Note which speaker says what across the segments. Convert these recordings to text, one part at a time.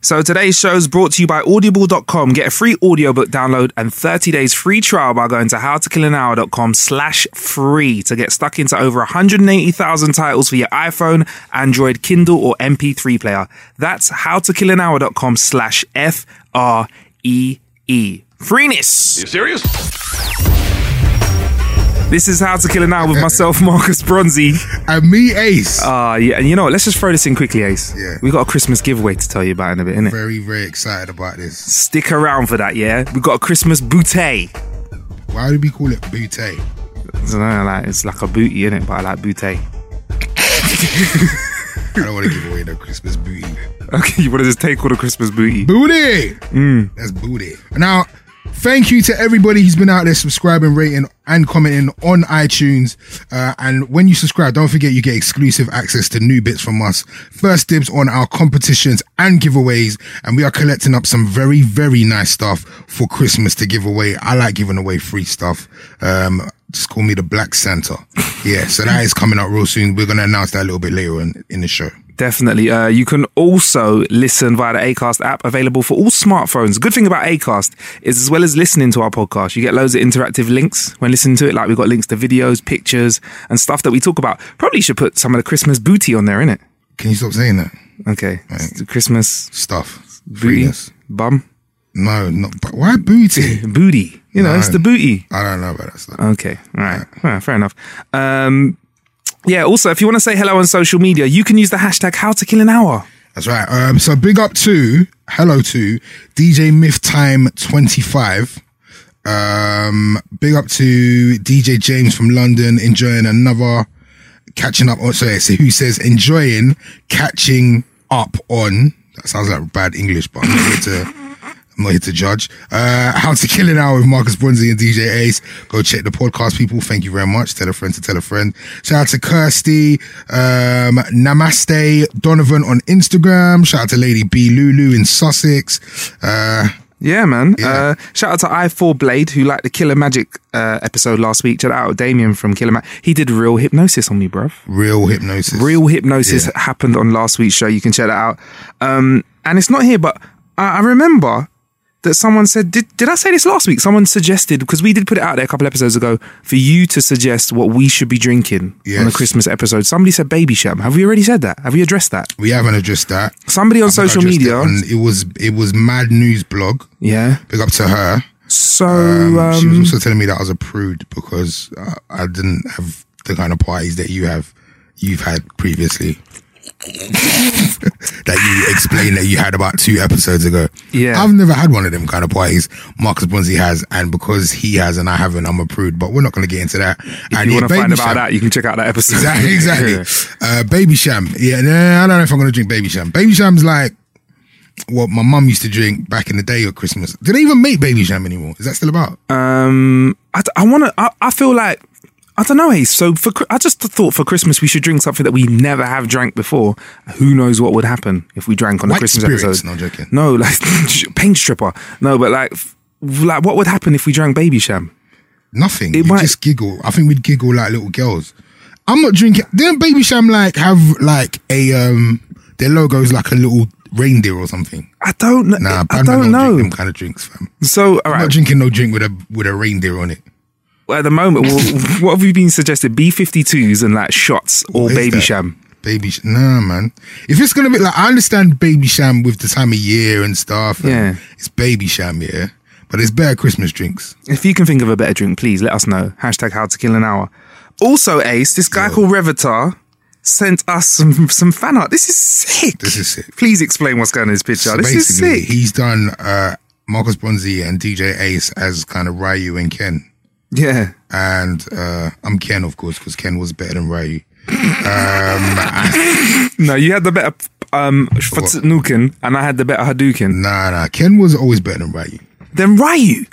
Speaker 1: So today's show is brought to you by audible.com. Get a free audiobook download and 30 days free trial by going to howtokillanhour.com slash free to get stuck into over 180,000 titles for your iPhone, Android, Kindle or MP3 player. That's howtokillanhour.com slash E F-R-E-E. Freeness!
Speaker 2: You serious?
Speaker 1: This is How to Kill an Hour with myself, Marcus Bronzy.
Speaker 3: And me, Ace.
Speaker 1: Uh, yeah, and you know what? Let's just throw this in quickly, Ace.
Speaker 3: Yeah.
Speaker 1: We've got a Christmas giveaway to tell you about in a bit, innit?
Speaker 3: very, very excited about this.
Speaker 1: Stick around for that, yeah? We've got a Christmas bouquet.
Speaker 3: Why do we call it bootay?
Speaker 1: I don't know, like, it's like a booty, innit? But I like bouquet.
Speaker 3: I don't want to give away no Christmas booty.
Speaker 1: Okay, you want to just take all the Christmas booty?
Speaker 3: Booty! That's booty. Now, thank you to everybody who's been out there subscribing, rating, and commenting on iTunes. Uh, and when you subscribe, don't forget you get exclusive access to new bits from us. First dibs on our competitions and giveaways. And we are collecting up some very, very nice stuff for Christmas to give away. I like giving away free stuff. Um, just call me the Black Santa. Yeah, so that is coming up real soon. We're going to announce that a little bit later in, in the show.
Speaker 1: Definitely. Uh, you can also listen via the Acast app, available for all smartphones. Good thing about Acast is, as well as listening to our podcast, you get loads of interactive links when listening to it. Like we've got links to videos, pictures, and stuff that we talk about. Probably should put some of the Christmas booty on there, innit?
Speaker 3: Can you stop saying that?
Speaker 1: Okay, It's the Christmas
Speaker 3: Stuff.
Speaker 1: booty,
Speaker 3: Freeness.
Speaker 1: bum,
Speaker 3: No, not, but why booty?
Speaker 1: booty. You know, it's the booty.
Speaker 3: I don't know about that stuff.
Speaker 1: Okay. All right. All right. Fair enough. Um, yeah. Also, if you want to say hello on social media, you can use the hashtag How to Kill an Hour.
Speaker 3: That's right. Um, so big up to hello to DJ Myth Time twenty five. Um, big up to DJ James from London enjoying another catching up on. Sorry, so who says enjoying catching up on? That sounds like bad English, but I'm not here to. I'm not here to judge. Uh, How to Kill an Hour with Marcus Brunzi and DJ Ace. Go check the podcast, people. Thank you very much. Tell a friend to tell a friend. Shout out to Kirsty, um, Namaste Donovan on Instagram. Shout out to Lady B Lulu in Sussex. Uh,
Speaker 1: Yeah, man. Uh,
Speaker 3: Yeah.
Speaker 1: shout out to I4 Blade, who liked the Killer Magic uh, episode last week. Shout out to Damien from Killer Magic. He did real hypnosis on me, bruv.
Speaker 3: real hypnosis.
Speaker 1: Real hypnosis happened on last week's show. You can check that out. Um, and it's not here, but I, I remember that someone said, did, did I say this last week? Someone suggested, because we did put it out there a couple episodes ago, for you to suggest what we should be drinking on the
Speaker 3: Yes.
Speaker 1: Christmas episode. Somebody said baby sham. Have we already said that? Have we addressed that?
Speaker 3: We haven't addressed that.
Speaker 1: Somebody on
Speaker 3: I think I
Speaker 1: social
Speaker 3: addressed
Speaker 1: media.
Speaker 3: It, on- it was it was Mad News blog.
Speaker 1: yeah.
Speaker 3: Big up to her.
Speaker 1: So,
Speaker 3: Um, she
Speaker 1: um,
Speaker 3: was also telling me that I was a prude because I, I didn't have the kind of parties that you have, you've had previously. that you explained that you had about two episodes ago.
Speaker 1: Yeah.
Speaker 3: I've never had one of them kind of parties. Marcus Brunzi has, and because he has and I haven't, I'm a prude. But we're not going to get into that.
Speaker 1: if
Speaker 3: and
Speaker 1: you
Speaker 3: yeah,
Speaker 1: want to find
Speaker 3: Baby
Speaker 1: about
Speaker 3: Sham-
Speaker 1: that, you can check out that episode.
Speaker 3: Exactly,
Speaker 1: Yeah.
Speaker 3: exactly. Uh, baby Sham. Yeah, nah, I don't know if I'm going to drink Baby Sham. Baby Sham's like what my mum used to drink back in the day at Christmas. Do they even make Baby Sham anymore? Is that still about?
Speaker 1: Um, I, d- I want to. I, I feel like I don't know. Ace. So for Chri- I just thought for Christmas we should drink something that we never have drank before. Who knows what would happen if we drank on a
Speaker 3: White
Speaker 1: Christmas
Speaker 3: spirits.
Speaker 1: episode?
Speaker 3: No, I'm joking.
Speaker 1: No, like paint stripper. No, but like f- like what would happen if we drank baby sham?
Speaker 3: Nothing.
Speaker 1: It
Speaker 3: we
Speaker 1: might-
Speaker 3: just giggle. I think we'd giggle like little girls. I'm not drinking. Didn't Baby Sham like have like a um? Their logo is like a little reindeer or something.
Speaker 1: I don't know.
Speaker 3: Nah,
Speaker 1: I
Speaker 3: bad man
Speaker 1: don't
Speaker 3: drink
Speaker 1: know.
Speaker 3: them kind of drinks, fam.
Speaker 1: So all
Speaker 3: I'm not
Speaker 1: right,
Speaker 3: drinking no drink with a with a reindeer on it.
Speaker 1: at the moment, wh- what have you been suggested? B 52s and like shots or
Speaker 3: What is
Speaker 1: baby
Speaker 3: that?
Speaker 1: sham.
Speaker 3: Baby, sh- nah, man. If it's gonna be like, I understand Baby Sham with the time of year and stuff. and
Speaker 1: Yeah.
Speaker 3: it's Baby Sham, yeah. But it's better Christmas drinks.
Speaker 1: If you can think of a better drink, please let us know. Hashtag how to kill an hour. Also, Ace, this guy called Revitar sent us some some fan art. This is sick.
Speaker 3: This is sick.
Speaker 1: Please explain what's going on in this picture. this is
Speaker 3: Basically,
Speaker 1: sick.
Speaker 3: he's done uh, Marcus Bonzi and DJ Ace as kind of Ryu and Ken.
Speaker 1: yeah.
Speaker 3: And uh, I'm Ken, of course, because Ken was better than Ryu.
Speaker 1: No, you had the better um Nukin and I had the better Hadouken.
Speaker 3: Nah, nah. Ken was always better than Ryu.
Speaker 1: Then Ryu.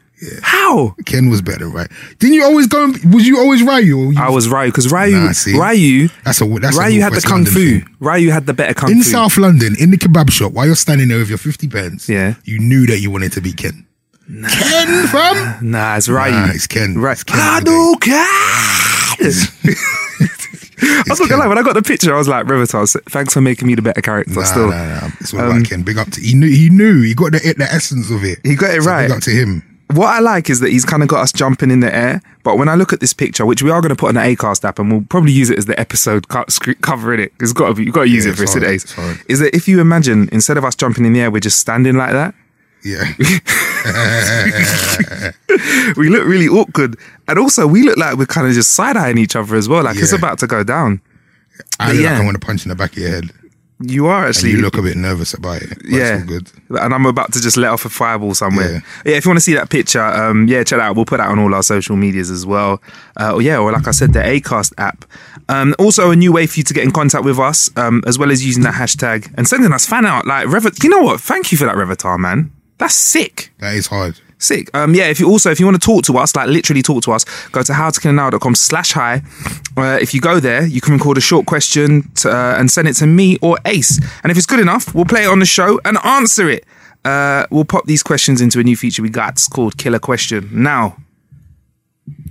Speaker 1: How?
Speaker 3: Ken was better, right? Didn't you always go? and- Was you always Ryu? Or you,
Speaker 1: I was Ryu because Ryu,
Speaker 3: Nah, see?
Speaker 1: Ryu,
Speaker 3: that's a that's a
Speaker 1: Ryu had the
Speaker 3: Northwest
Speaker 1: kung
Speaker 3: London
Speaker 1: fu.
Speaker 3: thing.
Speaker 1: Ryu had the better kung
Speaker 3: in
Speaker 1: fu.
Speaker 3: South London in the kebab shop while you're standing there with your fifty pence.
Speaker 1: Yeah.
Speaker 3: you knew that you wanted to be Ken. Ken, fam.
Speaker 1: Nah, it's Ryu.
Speaker 3: Nah, it's Ken.
Speaker 1: Right.
Speaker 3: It's Ken
Speaker 1: Hadouken! I was not gonna lie, when I got the picture, I was like, Rivitar, thanks for making me the better character
Speaker 3: Nah,
Speaker 1: still. um,
Speaker 3: nah, nah. It's all right, Ken. Big up to he knew he knew he got the the essence of it.
Speaker 1: He got it
Speaker 3: So
Speaker 1: right.
Speaker 3: Big up to him.
Speaker 1: What I like is that he's kind of got us jumping in the air, but when I look at this picture, which we are going to put on the Acast app, and we'll probably use it as the episode co- sc- cover in it, it's got to be, you've got to use
Speaker 3: Yeah,
Speaker 1: it for
Speaker 3: it's
Speaker 1: it
Speaker 3: hard,
Speaker 1: today.
Speaker 3: it's hard.
Speaker 1: Is that if you imagine instead of us jumping in the air, we're just standing like that,
Speaker 3: Yeah,
Speaker 1: we look really awkward, and also we look like we're kind of just side eyeing each other as well, like it's
Speaker 3: Yeah.
Speaker 1: about to go down.
Speaker 3: I look
Speaker 1: yeah.
Speaker 3: like I want to punch in the back of your head,
Speaker 1: You are
Speaker 3: and
Speaker 1: actually
Speaker 3: you look a bit nervous about it. But it's all good.
Speaker 1: And I'm about to just let off a fireball somewhere. Yeah,
Speaker 3: Yeah.
Speaker 1: if you want to see that picture, um, yeah, check that out. We'll put that on all our social medias as well. Uh, or yeah, or like I said, the Acast app. Um, also, a new way for you to get in contact with us, um, as well as using the hashtag and sending us fan out. Like, Rev- you know what? Thank you for that, Revitar, man. That's sick.
Speaker 3: That is hard.
Speaker 1: Sick. Um, yeah, if you also, if you want to talk to us, like literally talk to us, go to howtokillanow.com slash hi. Uh, if you go there, you can record a short question to, uh, and send it to me or Ace. And if it's good enough, we'll play it on the show and answer it. Uh, we'll pop these questions into a new feature we got it's called Killer Question. Now,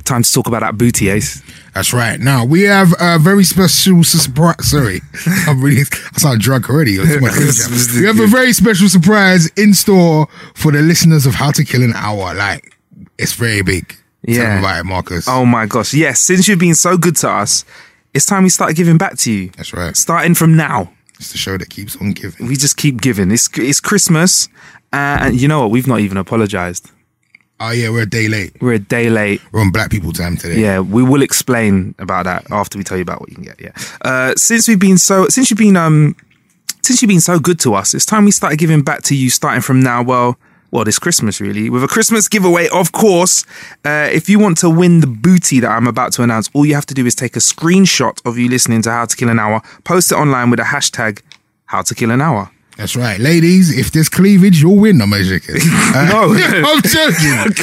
Speaker 1: time to talk about that booty, Ace.
Speaker 3: That's right. Now we have a very special surprise. Sorry, I'm really. I sound drunk already. It's too much energy. we have a very special surprise in store for the listeners of How to Kill an Hour. Like it's very big. Tell
Speaker 1: Yeah.
Speaker 3: them about it, Marcus.
Speaker 1: Oh my gosh. Yes, since you've been so good to us, it's time we start giving back to you.
Speaker 3: That's right.
Speaker 1: Starting from now.
Speaker 3: It's the show that keeps on giving.
Speaker 1: we just keep giving. It's it's Christmas, uh, and you know what? We've not even apologized.
Speaker 3: Oh yeah, we're a day late.
Speaker 1: We're a day late.
Speaker 3: We're on Black People Time today.
Speaker 1: Yeah, we will explain about that after we tell you about what you can get. Yeah. Uh, since we've been so since you've been um since you've been so good to us, it's time we started giving back to you. Starting from now, well. Well, this Christmas, really, with a Christmas giveaway, of course. Uh, if you want to win the booty that I'm about to announce, all you have to do is take a screenshot of you listening to How to Kill an Hour, post it online with a hashtag How to Kill an Hour.
Speaker 3: That's right, ladies. If there's cleavage, you'll win. I'm only joking. Uh,
Speaker 1: No.
Speaker 3: I'm joking.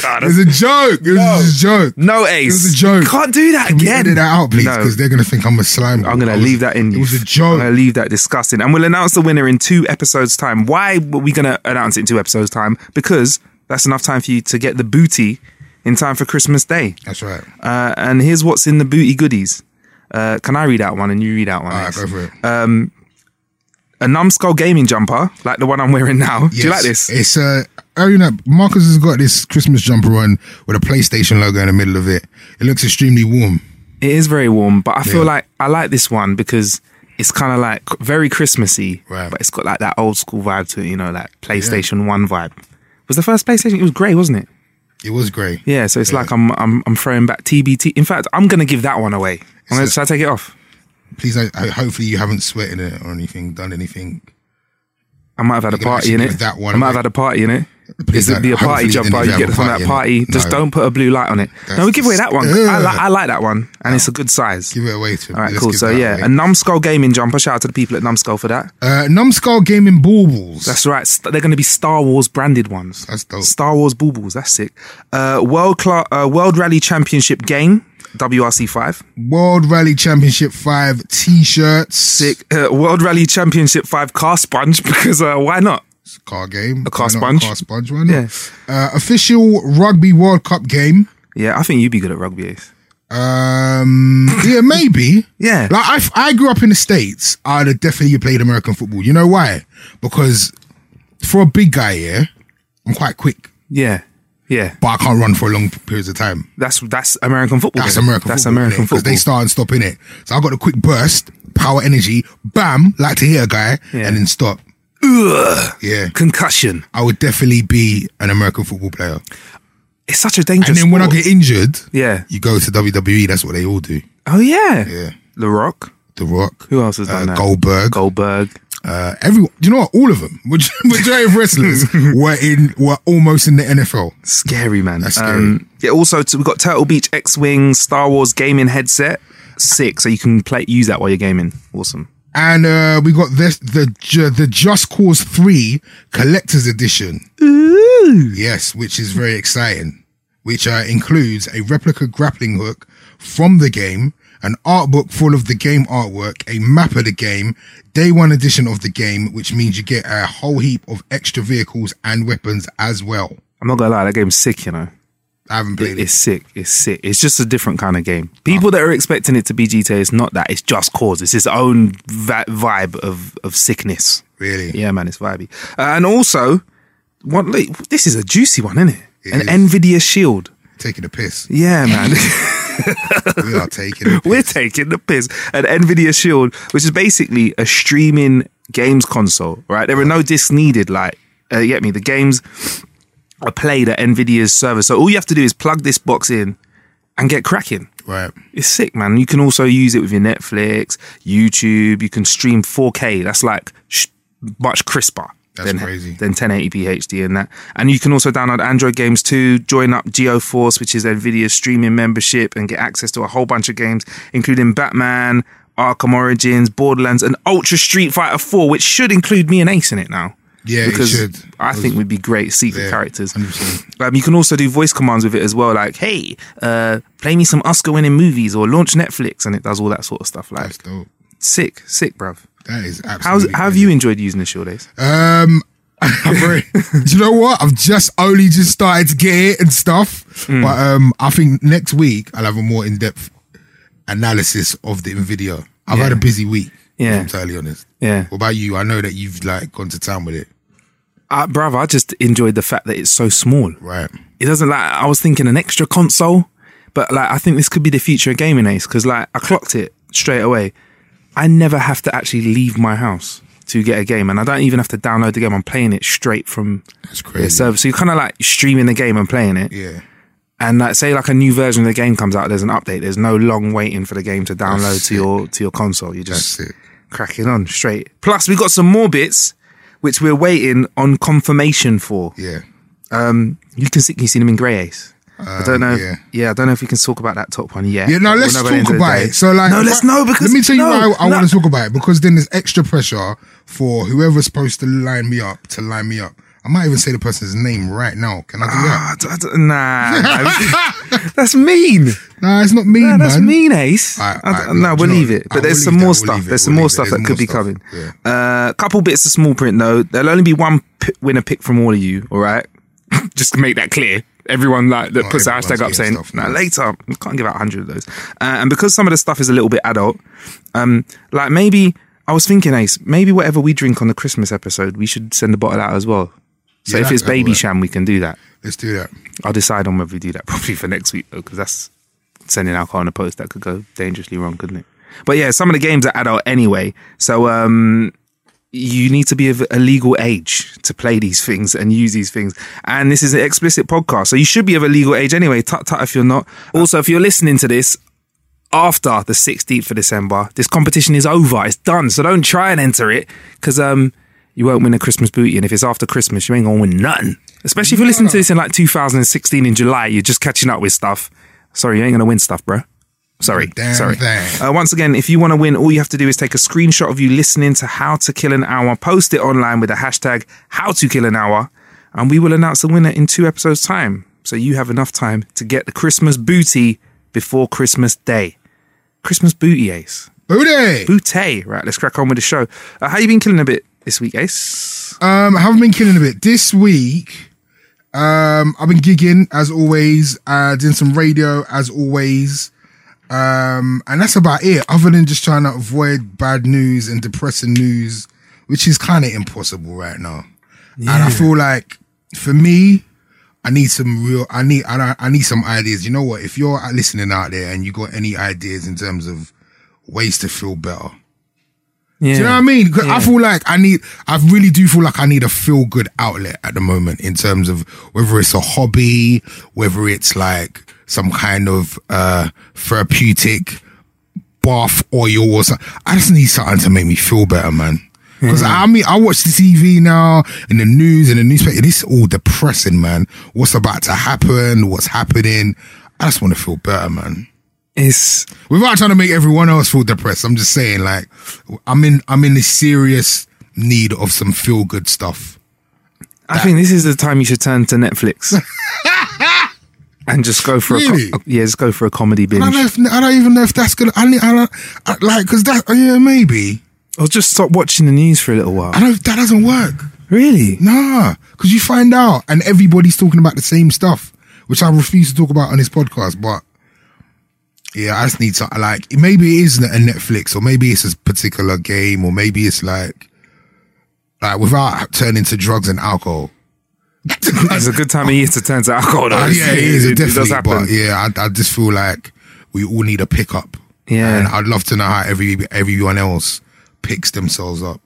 Speaker 1: God.
Speaker 3: it's a joke. It was just a joke.
Speaker 1: No, Ace.
Speaker 3: It was a joke.
Speaker 1: You can't do that
Speaker 3: Can we
Speaker 1: again.
Speaker 3: edit that out, please,
Speaker 1: No.
Speaker 3: because they're gonna think I'm a slime.
Speaker 1: I'm gonna
Speaker 3: I was-
Speaker 1: leave that in.
Speaker 3: It was a
Speaker 1: I'm
Speaker 3: joke.
Speaker 1: gonna leave that disgusting, and we'll announce the winner in two episodes' time. Why were we gonna announce it in two episodes' time? Because that's enough time for you to get the booty in time for Christmas Day.
Speaker 3: That's right.
Speaker 1: Uh, and here's what's in the booty goodies. Uh, can I read out one and you read out one?
Speaker 3: All right,
Speaker 1: Ace?
Speaker 3: go for it.
Speaker 1: A numbskull gaming jumper, like the one I'm wearing now. Do you like
Speaker 3: Yes.
Speaker 1: this?
Speaker 3: It's uh, oh, you know, Marcus has got this Christmas jumper on with a PlayStation logo in the middle of it. It looks extremely warm.
Speaker 1: It is very warm, but I feel
Speaker 3: Yeah.
Speaker 1: like I like this one because it's kind of like very Christmassy,
Speaker 3: Right.
Speaker 1: but it's got like that old school vibe to it, you know, like PlayStation 1 vibe. Was the first PlayStation, it was grey, wasn't it?
Speaker 3: It was great.
Speaker 1: Yeah, so it's like I'm, I'm I'm throwing back TBT. In fact, I'm going to give that one away. I'm gonna,
Speaker 3: a-
Speaker 1: should I take it off?
Speaker 3: Please, I, I, hopefully you haven't sweated in it or anything, done anything.
Speaker 1: I might have had a
Speaker 3: can
Speaker 1: party
Speaker 3: actually
Speaker 1: in
Speaker 3: give
Speaker 1: it.
Speaker 3: that one
Speaker 1: I might have
Speaker 3: away.
Speaker 1: had a party in it.
Speaker 3: Please
Speaker 1: Is it
Speaker 3: don't.
Speaker 1: be a party
Speaker 3: Hopefully you
Speaker 1: jumper?
Speaker 3: didn't
Speaker 1: You
Speaker 3: have
Speaker 1: get
Speaker 3: a
Speaker 1: from that
Speaker 3: party in it.
Speaker 1: party. Just
Speaker 3: No.
Speaker 1: don't put a blue light on it. no, we give away that one. I, li-
Speaker 3: Ugh.
Speaker 1: I like that one, and it's a good size.
Speaker 3: Give it away to.
Speaker 1: All right,
Speaker 3: let's
Speaker 1: cool.
Speaker 3: give
Speaker 1: So
Speaker 3: that
Speaker 1: yeah,
Speaker 3: away.
Speaker 1: a numbskull gaming jumper. Shout out to the people at Numbskull for that.
Speaker 3: uh, numbskull gaming baubles.
Speaker 1: That's right. St- they're going to be Star Wars branded ones.
Speaker 3: That's dope.
Speaker 1: Star Wars baubles. That's sick. Uh, World Cla- uh, World Rally Championship game. WRC five.
Speaker 3: World Rally Championship Five T-shirts.
Speaker 1: Sick. Uh, World Rally Championship five car sponge because uh, why not?
Speaker 3: It's a car game. A
Speaker 1: car sponge.
Speaker 3: car sponge. Why not?
Speaker 1: Yeah.
Speaker 3: Uh, official rugby World Cup game.
Speaker 1: Yeah, I think you'd be good at rugby. Ace.
Speaker 3: Um, yeah, maybe.
Speaker 1: Yeah.
Speaker 3: Like I, I grew up in the states. I'd have definitely played American football. You know why? Because for a big guy, yeah, I'm quite quick,
Speaker 1: Yeah, yeah.
Speaker 3: but I can't run for long periods of time.
Speaker 1: That's that's American football.
Speaker 3: That's
Speaker 1: then.
Speaker 3: American.
Speaker 1: That's
Speaker 3: football,
Speaker 1: American
Speaker 3: Because
Speaker 1: football.
Speaker 3: they start and stop in it. So I got a quick burst, power, energy, bam, like to hit a guy,
Speaker 1: Yeah.
Speaker 3: and then stop.
Speaker 1: Ugh,
Speaker 3: Yeah,
Speaker 1: concussion.
Speaker 3: I would definitely be an American football player.
Speaker 1: It's such a dangerous.
Speaker 3: And then when I
Speaker 1: sport.
Speaker 3: get injured,
Speaker 1: yeah,
Speaker 3: you go to WWE. E, That's what they all do.
Speaker 1: Oh yeah.
Speaker 3: Yeah.
Speaker 1: The Rock.
Speaker 3: The Rock.
Speaker 1: Who else has done
Speaker 3: uh,
Speaker 1: that?
Speaker 3: Goldberg.
Speaker 1: Goldberg.
Speaker 3: Uh, everyone, do you know what? All of them, maj- majority of wrestlers were in, were almost in the NFL.
Speaker 1: Scary man. Um,
Speaker 3: That's scary.
Speaker 1: yeah. Also, t- we've got Turtle Beach X Wing Star Wars gaming headset six, so you can play use that while you're gaming. Awesome.
Speaker 3: And uh, we got this the ju- the Just Cause Three Collector's Edition. Yes, which is very exciting. Which uh, includes a replica grappling hook from the game, an art book full of the game artwork, a map of the game, day one edition of the game, which means you get a whole heap of extra vehicles and weapons as well.
Speaker 1: I'm not gonna lie, that game's sick. You know,
Speaker 3: I haven't played it.
Speaker 1: it's sick. It's sick. It's just a different kind of game. People that are expecting it to be GTA, it's not that. It's just cause. It's its own va- vibe of of sickness.
Speaker 3: Really?
Speaker 1: Yeah, man, it's vibey. Uh, and also, what look, this is a juicy one, isn't it?
Speaker 3: It
Speaker 1: An
Speaker 3: is.
Speaker 1: Nvidia Shield.
Speaker 3: Taking a piss.
Speaker 1: Yeah, man.
Speaker 3: We are taking a piss.
Speaker 1: We're taking the piss. An Nvidia Shield, which is basically a streaming games console, right? There are no discs needed. Like, uh, you get me? The games are played at Nvidia's server. So all you have to do is plug this box in and get cracking.
Speaker 3: Right.
Speaker 1: It's sick, man. You can also use it with your Netflix, YouTube. You can stream 4K. That's like sh- much crisper.
Speaker 3: That's
Speaker 1: than,
Speaker 3: crazy.
Speaker 1: Than 1080p HD and that. And you can also download Android games too. Join up GeoForce, which is Nvidia's streaming membership, and get access to a whole bunch of games, including Batman, Arkham Origins, Borderlands, and Ultra Street Fighter 4, which should include me and Ace in it now.
Speaker 3: Yeah, it
Speaker 1: because
Speaker 3: should.
Speaker 1: I think we'd be great secret
Speaker 3: Yeah,
Speaker 1: characters.
Speaker 3: 100%.
Speaker 1: Um, you can also do voice commands with it as well, like "Hey, uh, play me some Oscar-winning movies" or "Launch Netflix," and it does all that sort of stuff. Like
Speaker 3: That's dope.
Speaker 1: sick, sick, bruv.
Speaker 3: That is
Speaker 1: How's,
Speaker 3: absolutely.
Speaker 1: how have you enjoyed using the shield days?
Speaker 3: Um, I'm very- do you know what? I've just only just started to get it and stuff,
Speaker 1: Mm.
Speaker 3: but um, I think next week I'll have a more in depth analysis of the Nvidia. I've had a busy week.
Speaker 1: Yeah.
Speaker 3: if I'm totally honest.
Speaker 1: Yeah.
Speaker 3: What about you? I know that you've like gone to town with it,
Speaker 1: Uh, bruv, I just enjoyed the fact that it's so small.
Speaker 3: right?
Speaker 1: It doesn't like I was thinking an extra console, but like I think this could be the future of gaming ace because like I clocked it straight away. I never have to actually leave my house to get a game, and I don't even have to download the game. I'm playing it straight from
Speaker 3: That's
Speaker 1: the
Speaker 3: crazy.
Speaker 1: server. So you're kind of like streaming the game and playing it.
Speaker 3: yeah,
Speaker 1: and like say like a new version of the game comes out there's an update there's no long waiting for the game to download
Speaker 3: That's
Speaker 1: to your to your console you're
Speaker 3: that's
Speaker 1: just
Speaker 3: it.
Speaker 1: cracking on straight plus we got some more bits which we're waiting on confirmation for
Speaker 3: Yeah,
Speaker 1: um you can see, can you see them in grey ace I don't know.
Speaker 3: Uh, yeah.
Speaker 1: Yeah. I don't know if we can talk about that top one yet.
Speaker 3: yeah. No,
Speaker 1: We'll
Speaker 3: let's
Speaker 1: know by the end
Speaker 3: talk
Speaker 1: of the
Speaker 3: about
Speaker 1: day.
Speaker 3: it. So, like,
Speaker 1: no, let's
Speaker 3: but-
Speaker 1: know because
Speaker 3: let me tell you
Speaker 1: no,
Speaker 3: why I,
Speaker 1: no.
Speaker 3: want to talk about it because then there's extra pressure for whoever's supposed to line me up to line me up. I might even say the person's name right now. Can I do that?
Speaker 1: Ah, d- d- nah, man. that's mean.
Speaker 3: Nah, it's not mean,
Speaker 1: Yeah,
Speaker 3: man.
Speaker 1: Ah. that's mean, Ace.
Speaker 3: Alright,
Speaker 1: I d-
Speaker 3: alright,
Speaker 1: no, we'll
Speaker 3: do you know
Speaker 1: leave
Speaker 3: what?
Speaker 1: it.
Speaker 3: Alright,
Speaker 1: But there's
Speaker 3: we'll
Speaker 1: some
Speaker 3: leave that,
Speaker 1: more
Speaker 3: we'll
Speaker 1: stuff.
Speaker 3: leave it,
Speaker 1: There's some
Speaker 3: we'll
Speaker 1: more
Speaker 3: leave it,
Speaker 1: stuff that
Speaker 3: there's
Speaker 1: could be
Speaker 3: more
Speaker 1: coming.
Speaker 3: stuff, yeah.
Speaker 1: A couple bits of small print though. There'll only be one p- winner pick from all of you. All right, just to make that clear. Everyone like that
Speaker 3: Not
Speaker 1: puts the
Speaker 3: everyone's
Speaker 1: hashtag up
Speaker 3: getting
Speaker 1: saying
Speaker 3: stuff,
Speaker 1: nah,
Speaker 3: man.
Speaker 1: later. We can't give out hundred of those. Uh, and because some of the stuff is a little bit adult, um, like maybe I was thinking, Ace, maybe whatever we drink on the Christmas episode, we should send a bottle out as well. So
Speaker 3: Yeah,
Speaker 1: if
Speaker 3: that-
Speaker 1: it's
Speaker 3: that'll
Speaker 1: baby
Speaker 3: work.
Speaker 1: sham, we can do that.
Speaker 3: Let's do that.
Speaker 1: I'll decide on whether we do that probably for next week though, because that's sending alcohol in a post that could go dangerously wrong, couldn't it? But yeah, some of the games are adult anyway, so um, you need to be of a legal age to play these things and use these things. And this is an explicit podcast, so you should be of a legal age anyway. Tut tut if you're not. Also, if you're listening to this after the 16th of December, this competition is over. It's done. So don't try and enter it because um, you won't win a Christmas booty. And if it's after Christmas, you ain't going to win nothing. Especially if you're listening to this in like 2016 in July, you're just catching up with stuff. Sorry, you ain't going to win stuff, bro. Sorry.
Speaker 3: Damn
Speaker 1: sorry.
Speaker 3: thing.
Speaker 1: Uh, once again, if you want to win, all you have to do is take a screenshot of you listening to How to Kill an Hour, post it online with the hashtag How to Kill an Hour, and we will announce the winner in two episodes' time. So you have enough time to get the Christmas booty before Christmas Day. Christmas booty, Ace.
Speaker 3: Booty!
Speaker 1: Booty. Right, let's crack on with the show. Uh, how you been killing a bit this week, Ace?
Speaker 3: Um, I haven't been killing a bit. This week, um, I've been gigging as always, uh, doing some radio as always. Um, and that's about it, other than just trying to avoid bad news and depressing news, which is kind of impossible right now. And I feel like for me, I need some real. I need. I, don't- I need some ideas. You know what? If you're out listening out there and you got any ideas in terms of ways to feel better,
Speaker 1: Yeah.
Speaker 3: do you know what I mean? 'Cause I feel like I need, I really do feel like I need a feel good outlet at the moment in terms of whether it's a hobby, whether it's like some kind of uh therapeutic bath oil or something. I just need something to make me feel better, man. Because I mean, I watch the TV now and the news and the newspaper. This is all depressing, man. What's about to happen? What's happening? I just want to feel better, man.
Speaker 1: It's
Speaker 3: Without trying to make everyone else feel depressed, I'm just saying, like, I'm in, I'm in a serious need of some feel good stuff.
Speaker 1: I think this is the time you should turn to Netflix and just go for a
Speaker 3: Really?
Speaker 1: co- yeah, just go for a comedy binge,
Speaker 3: I don't, know if, I don't even know if that's gonna. I, need- I don't I, like because that. Yeah, maybe.
Speaker 1: or just stop watching the news for a little while.
Speaker 3: I don't. That doesn't work.
Speaker 1: Really?
Speaker 3: Nah, because you find out, and everybody's talking about the same stuff, which I refuse to talk about on this podcast. But yeah, I just need something like maybe it is a Netflix, or maybe it's a particular game, or maybe it's like like without turning to drugs and alcohol.
Speaker 1: It's a good time of year to turn to alcohol. Though.
Speaker 3: Uh, yeah, it is it
Speaker 1: does
Speaker 3: definitely.
Speaker 1: happen.
Speaker 3: But yeah, I, I just feel like we all need a pickup.
Speaker 1: Yeah.
Speaker 3: and I'd love to know how every everyone else picks themselves up.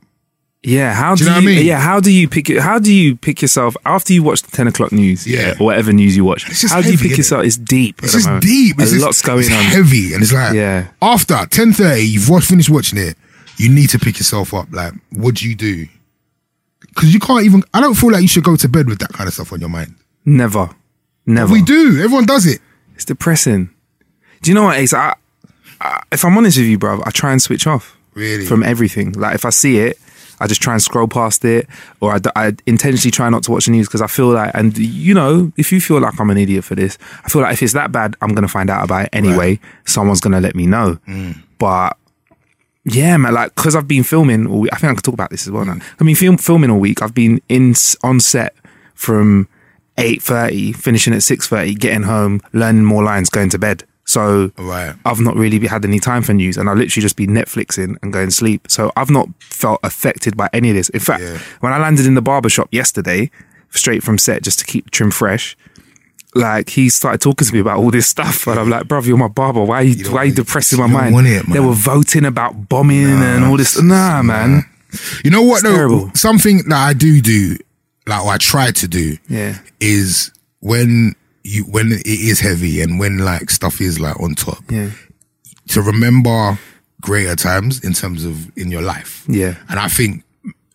Speaker 1: Yeah, how do,
Speaker 3: Do you know
Speaker 1: you?
Speaker 3: what I mean?
Speaker 1: Yeah, how do you pick? your- How do you pick yourself after you watch the ten o'clock news?
Speaker 3: Yeah.
Speaker 1: or whatever news you watch.
Speaker 3: It's just
Speaker 1: how do you
Speaker 3: heavy,
Speaker 1: pick
Speaker 3: innit?
Speaker 1: yourself? It's deep.
Speaker 3: It's
Speaker 1: at the
Speaker 3: just
Speaker 1: moment.
Speaker 3: deep. It's
Speaker 1: a
Speaker 3: just,
Speaker 1: lot's going
Speaker 3: it's
Speaker 1: on.
Speaker 3: Heavy, and it's like
Speaker 1: Yeah.
Speaker 3: After ten thirty, you've watched, finished watching it. You need to pick yourself up. Like, what do you do? Because you can't even. I don't feel like you should go to bed with that kind of stuff on your mind.
Speaker 1: Never, never.
Speaker 3: We do. Everyone does it.
Speaker 1: It's depressing. Do you know what, Ace? I, I, if I'm honest with you, bruv, I try and switch off.
Speaker 3: Really?
Speaker 1: From everything. Like, if I see it, I just try and scroll past it, or I, d- I intentionally try not to watch the news because I feel like, and you know, if you feel like I'm an idiot for this, I feel like if it's that bad, I'm going to find out about it anyway. Someone's going to let me know.
Speaker 3: Mm.
Speaker 1: But yeah, man, like, because I've been filming all week, I think I could talk about this as well now. I mean, film, filming all week, I've been in s- on set from 8.30, finishing at 6.30, getting home, learning more lines, going to bed. So
Speaker 3: Right.
Speaker 1: I've not really be- had any time for news and I've literally just been Netflixing and going to sleep. So I've not felt affected by any of this. In fact,
Speaker 3: Yeah.
Speaker 1: when I landed in the barber shop yesterday, straight from set just to keep trim fresh, like he started talking to me about all this stuff, and I'm like, "Bruv, you're my barber. Why are you,
Speaker 3: don't
Speaker 1: why are you
Speaker 3: want it.
Speaker 1: depressing
Speaker 3: You
Speaker 1: my
Speaker 3: don't
Speaker 1: mind?"
Speaker 3: want it, man.
Speaker 1: They were voting about bombing and all this. Nah, man.
Speaker 3: You know what?
Speaker 1: It's
Speaker 3: though,
Speaker 1: terrible.
Speaker 3: something that I do do, like or I try to do,
Speaker 1: Yeah.
Speaker 3: is when you when it is heavy and when like stuff is like on top,
Speaker 1: Yeah.
Speaker 3: to remember greater times in terms of in your life.
Speaker 1: Yeah.
Speaker 3: And I think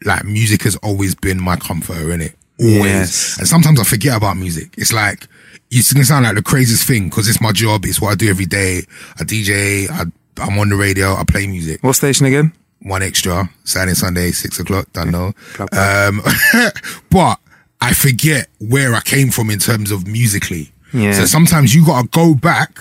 Speaker 3: like music has always been my comforter in it. Always.
Speaker 1: Yes.
Speaker 3: And sometimes I forget about music. It's like it's gonna sound like the craziest thing because it's my job. It's what I do every day. I DJ. I, I'm on the radio. I play music.
Speaker 1: What station again?
Speaker 3: One extra Saturday, Sunday, six o'clock. Don't know.
Speaker 1: Club.
Speaker 3: Um, but I forget where I came from in terms of musically.
Speaker 1: Yeah.
Speaker 3: So sometimes you gotta go back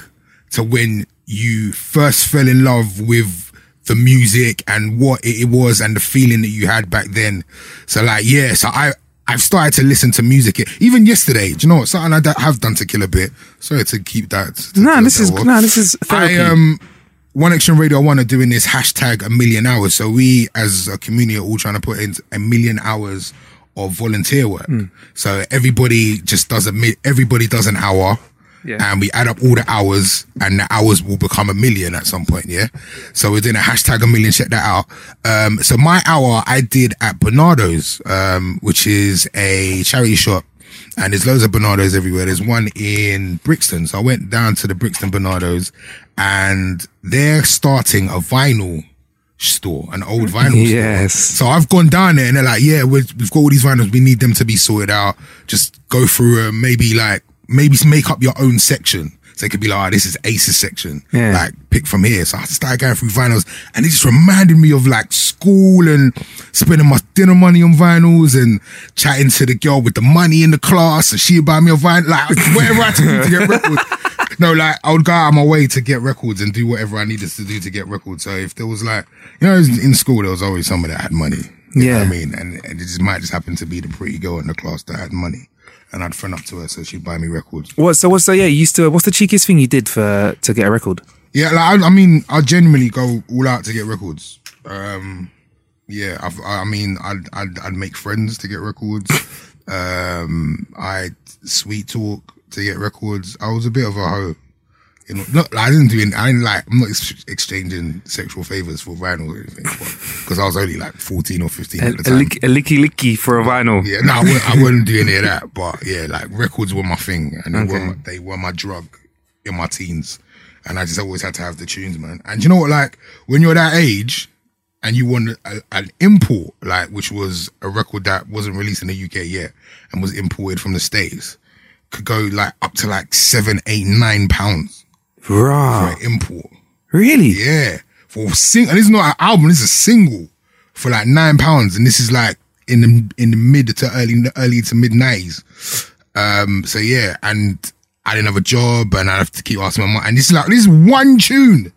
Speaker 3: to when you first fell in love with the music and what it was and the feeling that you had back then. So like, yeah, so I, I've started to listen to music even yesterday. Do you know what? Something I d- have done to kill a bit. Sorry to keep that. to
Speaker 1: Nah,
Speaker 3: do
Speaker 1: this
Speaker 3: that
Speaker 1: is-
Speaker 3: well.
Speaker 1: nah, this is therapy.
Speaker 3: I um, One Action Radio One are doing this hashtag a million hours. So we as a community are all trying to put in a million hours of volunteer work. So everybody just does a mi- everybody does an hour.
Speaker 1: Yeah.
Speaker 3: And we add up all the hours, and the hours will become a million at some point. Yeah, so we're doing a hashtag a million. Check that out. Um, so my hour I did at Bernardo's, um, which is a charity shop and there's loads of Bernardos everywhere. There's one in Brixton. So I went down to the Brixton Bernardos and they're starting a vinyl store, an old vinyl store.
Speaker 1: Yes.
Speaker 3: So I've gone down there and they're like, yeah, we've, we've got all these vinyls. We need them to be sorted out. Just go through them. Maybe like, maybe make up your own section. So it could be like, oh, this is Ace's section.
Speaker 1: Yeah.
Speaker 3: Like pick from here. So I started going through vinyls and it just reminded me of like school and spending my dinner money on vinyls and chatting to the girl with the money in the class and she would buy me a vinyl. Like whatever I had to do to get records. No, like I would go out of my way to get records and do whatever I needed to do to get records. So if there was like, you know, in school there was always somebody that had money. You
Speaker 1: Yeah.
Speaker 3: know what I mean, and, and it just might just happen to be the pretty girl in the class that had money, and I'd front up to her so she'd buy me records.
Speaker 1: What? So what's the yeah? You used to. What's the cheekiest thing you did for to get a record?
Speaker 3: Yeah, like I, I mean, I genuinely go all out to get records. Um, yeah, I've, I I mean, I'd, I'd I'd make friends to get records. Um, I sweet talk to get records. I was a bit of a hoe. You know, not, I didn't do any, I didn't like, I'm not ex- exchanging sexual favors for vinyl or anything, because I was only like 14 or 15
Speaker 1: A, a,
Speaker 3: at the time.
Speaker 1: lick, a licky licky for a vinyl.
Speaker 3: Yeah, no, I wouldn't, I wouldn't do any of that. But yeah, like records were my thing, and they, were
Speaker 1: Okay.
Speaker 3: my, they were my drug in my teens. And I just always had to have the tunes, man. And you know what? Like when you're that age and you want a, an import, like which was a record that wasn't released in the UK yet and was imported from the States, could go like up to like seven, eight, nine pounds for
Speaker 1: Bruh.
Speaker 3: an import.
Speaker 1: Really?
Speaker 3: Yeah. For a sing and this is not an album, this is a single for like nine pounds. And this is like in the in the mid to early early to mid nineties. Um so yeah, and I didn't have a job and I have to keep asking my mom. And this is like this is one tune.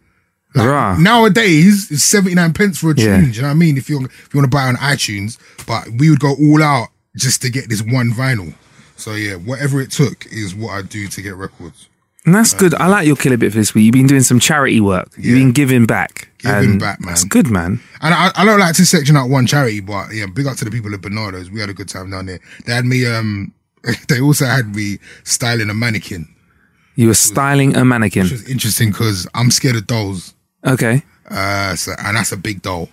Speaker 1: Bruh.
Speaker 3: Nowadays it's 79 pence for a tune,
Speaker 1: Yeah.
Speaker 3: do you know what I mean? If you if you want to buy it on iTunes, but we would go all out just to get this one vinyl. So yeah, whatever it took is what I do to get records.
Speaker 1: And that's good. I like your killer bit for this week. You've been doing some charity work. You've
Speaker 3: Yeah.
Speaker 1: been giving back.
Speaker 3: Giving
Speaker 1: And
Speaker 3: back, man.
Speaker 1: That's good, man.
Speaker 3: And I, I don't like to section out one charity, but yeah, big up to the people at Bernardo's. We had a good time down there. They had me, um, they also had me styling a mannequin,
Speaker 1: You were styling a mannequin.
Speaker 3: which was interesting because I'm scared of dolls.
Speaker 1: Okay.
Speaker 3: Uh, so, and that's a big doll.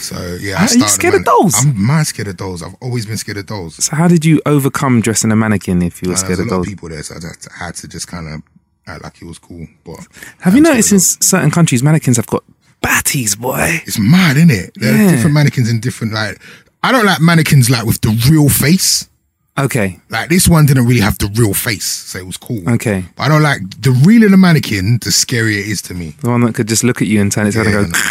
Speaker 3: So yeah, I
Speaker 1: Are you
Speaker 3: styled a
Speaker 1: scared of
Speaker 3: manne-
Speaker 1: dolls?
Speaker 3: I'm mad scared of dolls. I've always been scared of dolls.
Speaker 1: So how did you overcome dressing a mannequin if you were
Speaker 3: And
Speaker 1: scared
Speaker 3: Uh, there's a
Speaker 1: of
Speaker 3: lot of
Speaker 1: dolls?
Speaker 3: people there, so I just had to just kind of act like it was cool. But
Speaker 1: Have you
Speaker 3: I'm scared
Speaker 1: noticed
Speaker 3: of
Speaker 1: in
Speaker 3: dolls.
Speaker 1: s- certain countries mannequins have got batties, boy?
Speaker 3: It's mad, isn't it? There
Speaker 1: Yeah.
Speaker 3: are different mannequins in different like. I don't like mannequins like with the real face.
Speaker 1: Okay.
Speaker 3: Like this one didn't really have the real face, so it was cool.
Speaker 1: Okay.
Speaker 3: But I don't like the real of the mannequin, the scarier it is to me.
Speaker 1: The one that could just look at you and turn its head
Speaker 3: Yeah,
Speaker 1: and go,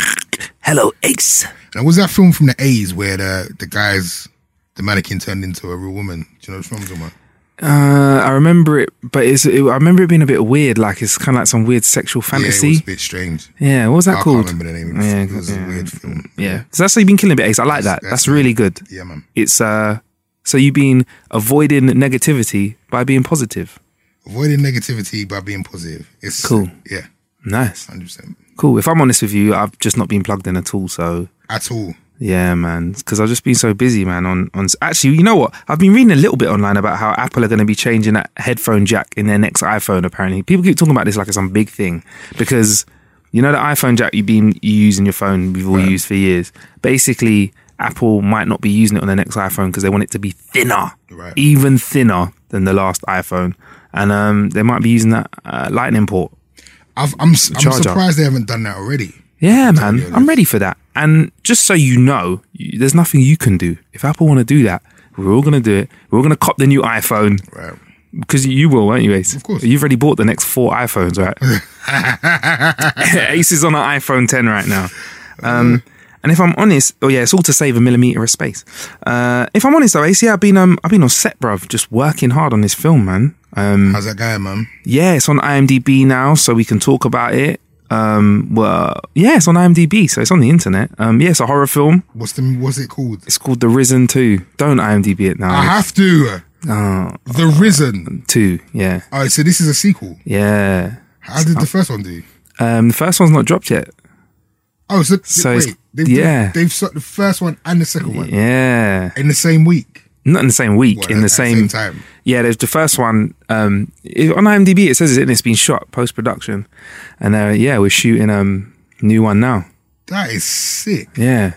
Speaker 1: Hello, Ace.
Speaker 3: Now was that film from the A's where the the guys the mannequin turned into a real woman? Do you know what film I'm talking about?
Speaker 1: Uh, I remember it, but it's, it, I remember it being a bit weird. Like it's kind of like some weird sexual
Speaker 3: Yeah, it was
Speaker 1: fantasy.
Speaker 3: a bit strange.
Speaker 1: Yeah, what was
Speaker 3: I
Speaker 1: that
Speaker 3: can't
Speaker 1: called?
Speaker 3: remember the name of the film. It was a weird film.
Speaker 1: Yeah. So that's how you've been killing a bit, Ace. I like that.
Speaker 3: that's
Speaker 1: That's really good.
Speaker 3: Yeah, man.
Speaker 1: It's uh so you've been avoiding negativity by being positive.
Speaker 3: Avoiding negativity by being positive. It's
Speaker 1: Cool.
Speaker 3: Yeah,
Speaker 1: Nice.
Speaker 3: hundred percent.
Speaker 1: Cool. If I'm honest with you, I've just not been plugged in at all, so
Speaker 3: At all.
Speaker 1: yeah, man. Because I've just been so busy, man. On on actually, you know what? I've been reading a little bit online about how Apple are going to be changing that headphone jack in their next iPhone. Apparently, people keep talking about this like it's some big thing because you know the iPhone jack you've been you use in your phone we've all used for years. Basically, Apple might not be using it on their next iPhone because they want it to be thinner,
Speaker 3: Right.
Speaker 1: even thinner than the last iPhone, and um, they might be using that uh, Lightning port.
Speaker 3: I've, I'm s- I'm
Speaker 1: Charger.
Speaker 3: surprised they haven't done that already.
Speaker 1: Yeah, man, I'm ready for that. And just so you know, you, there's nothing you can do. If Apple want to do that, we're all gonna do it. We're all gonna cop the new iPhone
Speaker 3: Right.
Speaker 1: because you will, won't you, Ace? Of
Speaker 3: course.
Speaker 1: You've already bought the next four iPhones, right? Ace is on an iPhone 10 right now. Um, and if I'm honest, oh yeah, it's all to save a millimeter of space. Uh, if I'm honest though, Ace, yeah, I've been um, I've been on set, bruv, just working hard on this film, man.
Speaker 3: How's that guy, man?
Speaker 1: Yeah, it's on IMDb now, so we can talk about it. Um, well, yeah, it's on IMDb, so it's on the internet. Um, yeah, it's a horror film.
Speaker 3: What's the what's it called?
Speaker 1: It's called The Risen Two. Don't IMDb it
Speaker 3: I
Speaker 1: now.
Speaker 3: have to.
Speaker 1: Uh,
Speaker 3: the Risen.
Speaker 1: Two, yeah,
Speaker 3: All right, so this is a sequel.
Speaker 1: yeah.
Speaker 3: How did the
Speaker 1: Oh.
Speaker 3: first one do?
Speaker 1: Um, the first one's not dropped yet.
Speaker 3: Oh, so,
Speaker 1: So it's-
Speaker 3: wait, they've,
Speaker 1: yeah.
Speaker 3: they've, shot the first one and the second one
Speaker 1: Yeah,
Speaker 3: in the same week.
Speaker 1: not in the same week.
Speaker 3: Well,
Speaker 1: in
Speaker 3: at-
Speaker 1: the
Speaker 3: at
Speaker 1: same,
Speaker 3: time.
Speaker 1: Yeah, there's the first one. Um, it- on IMDb it says it and it's been shot post production, and uh, yeah, we're shooting um new one now.
Speaker 3: That is sick.
Speaker 1: Yeah,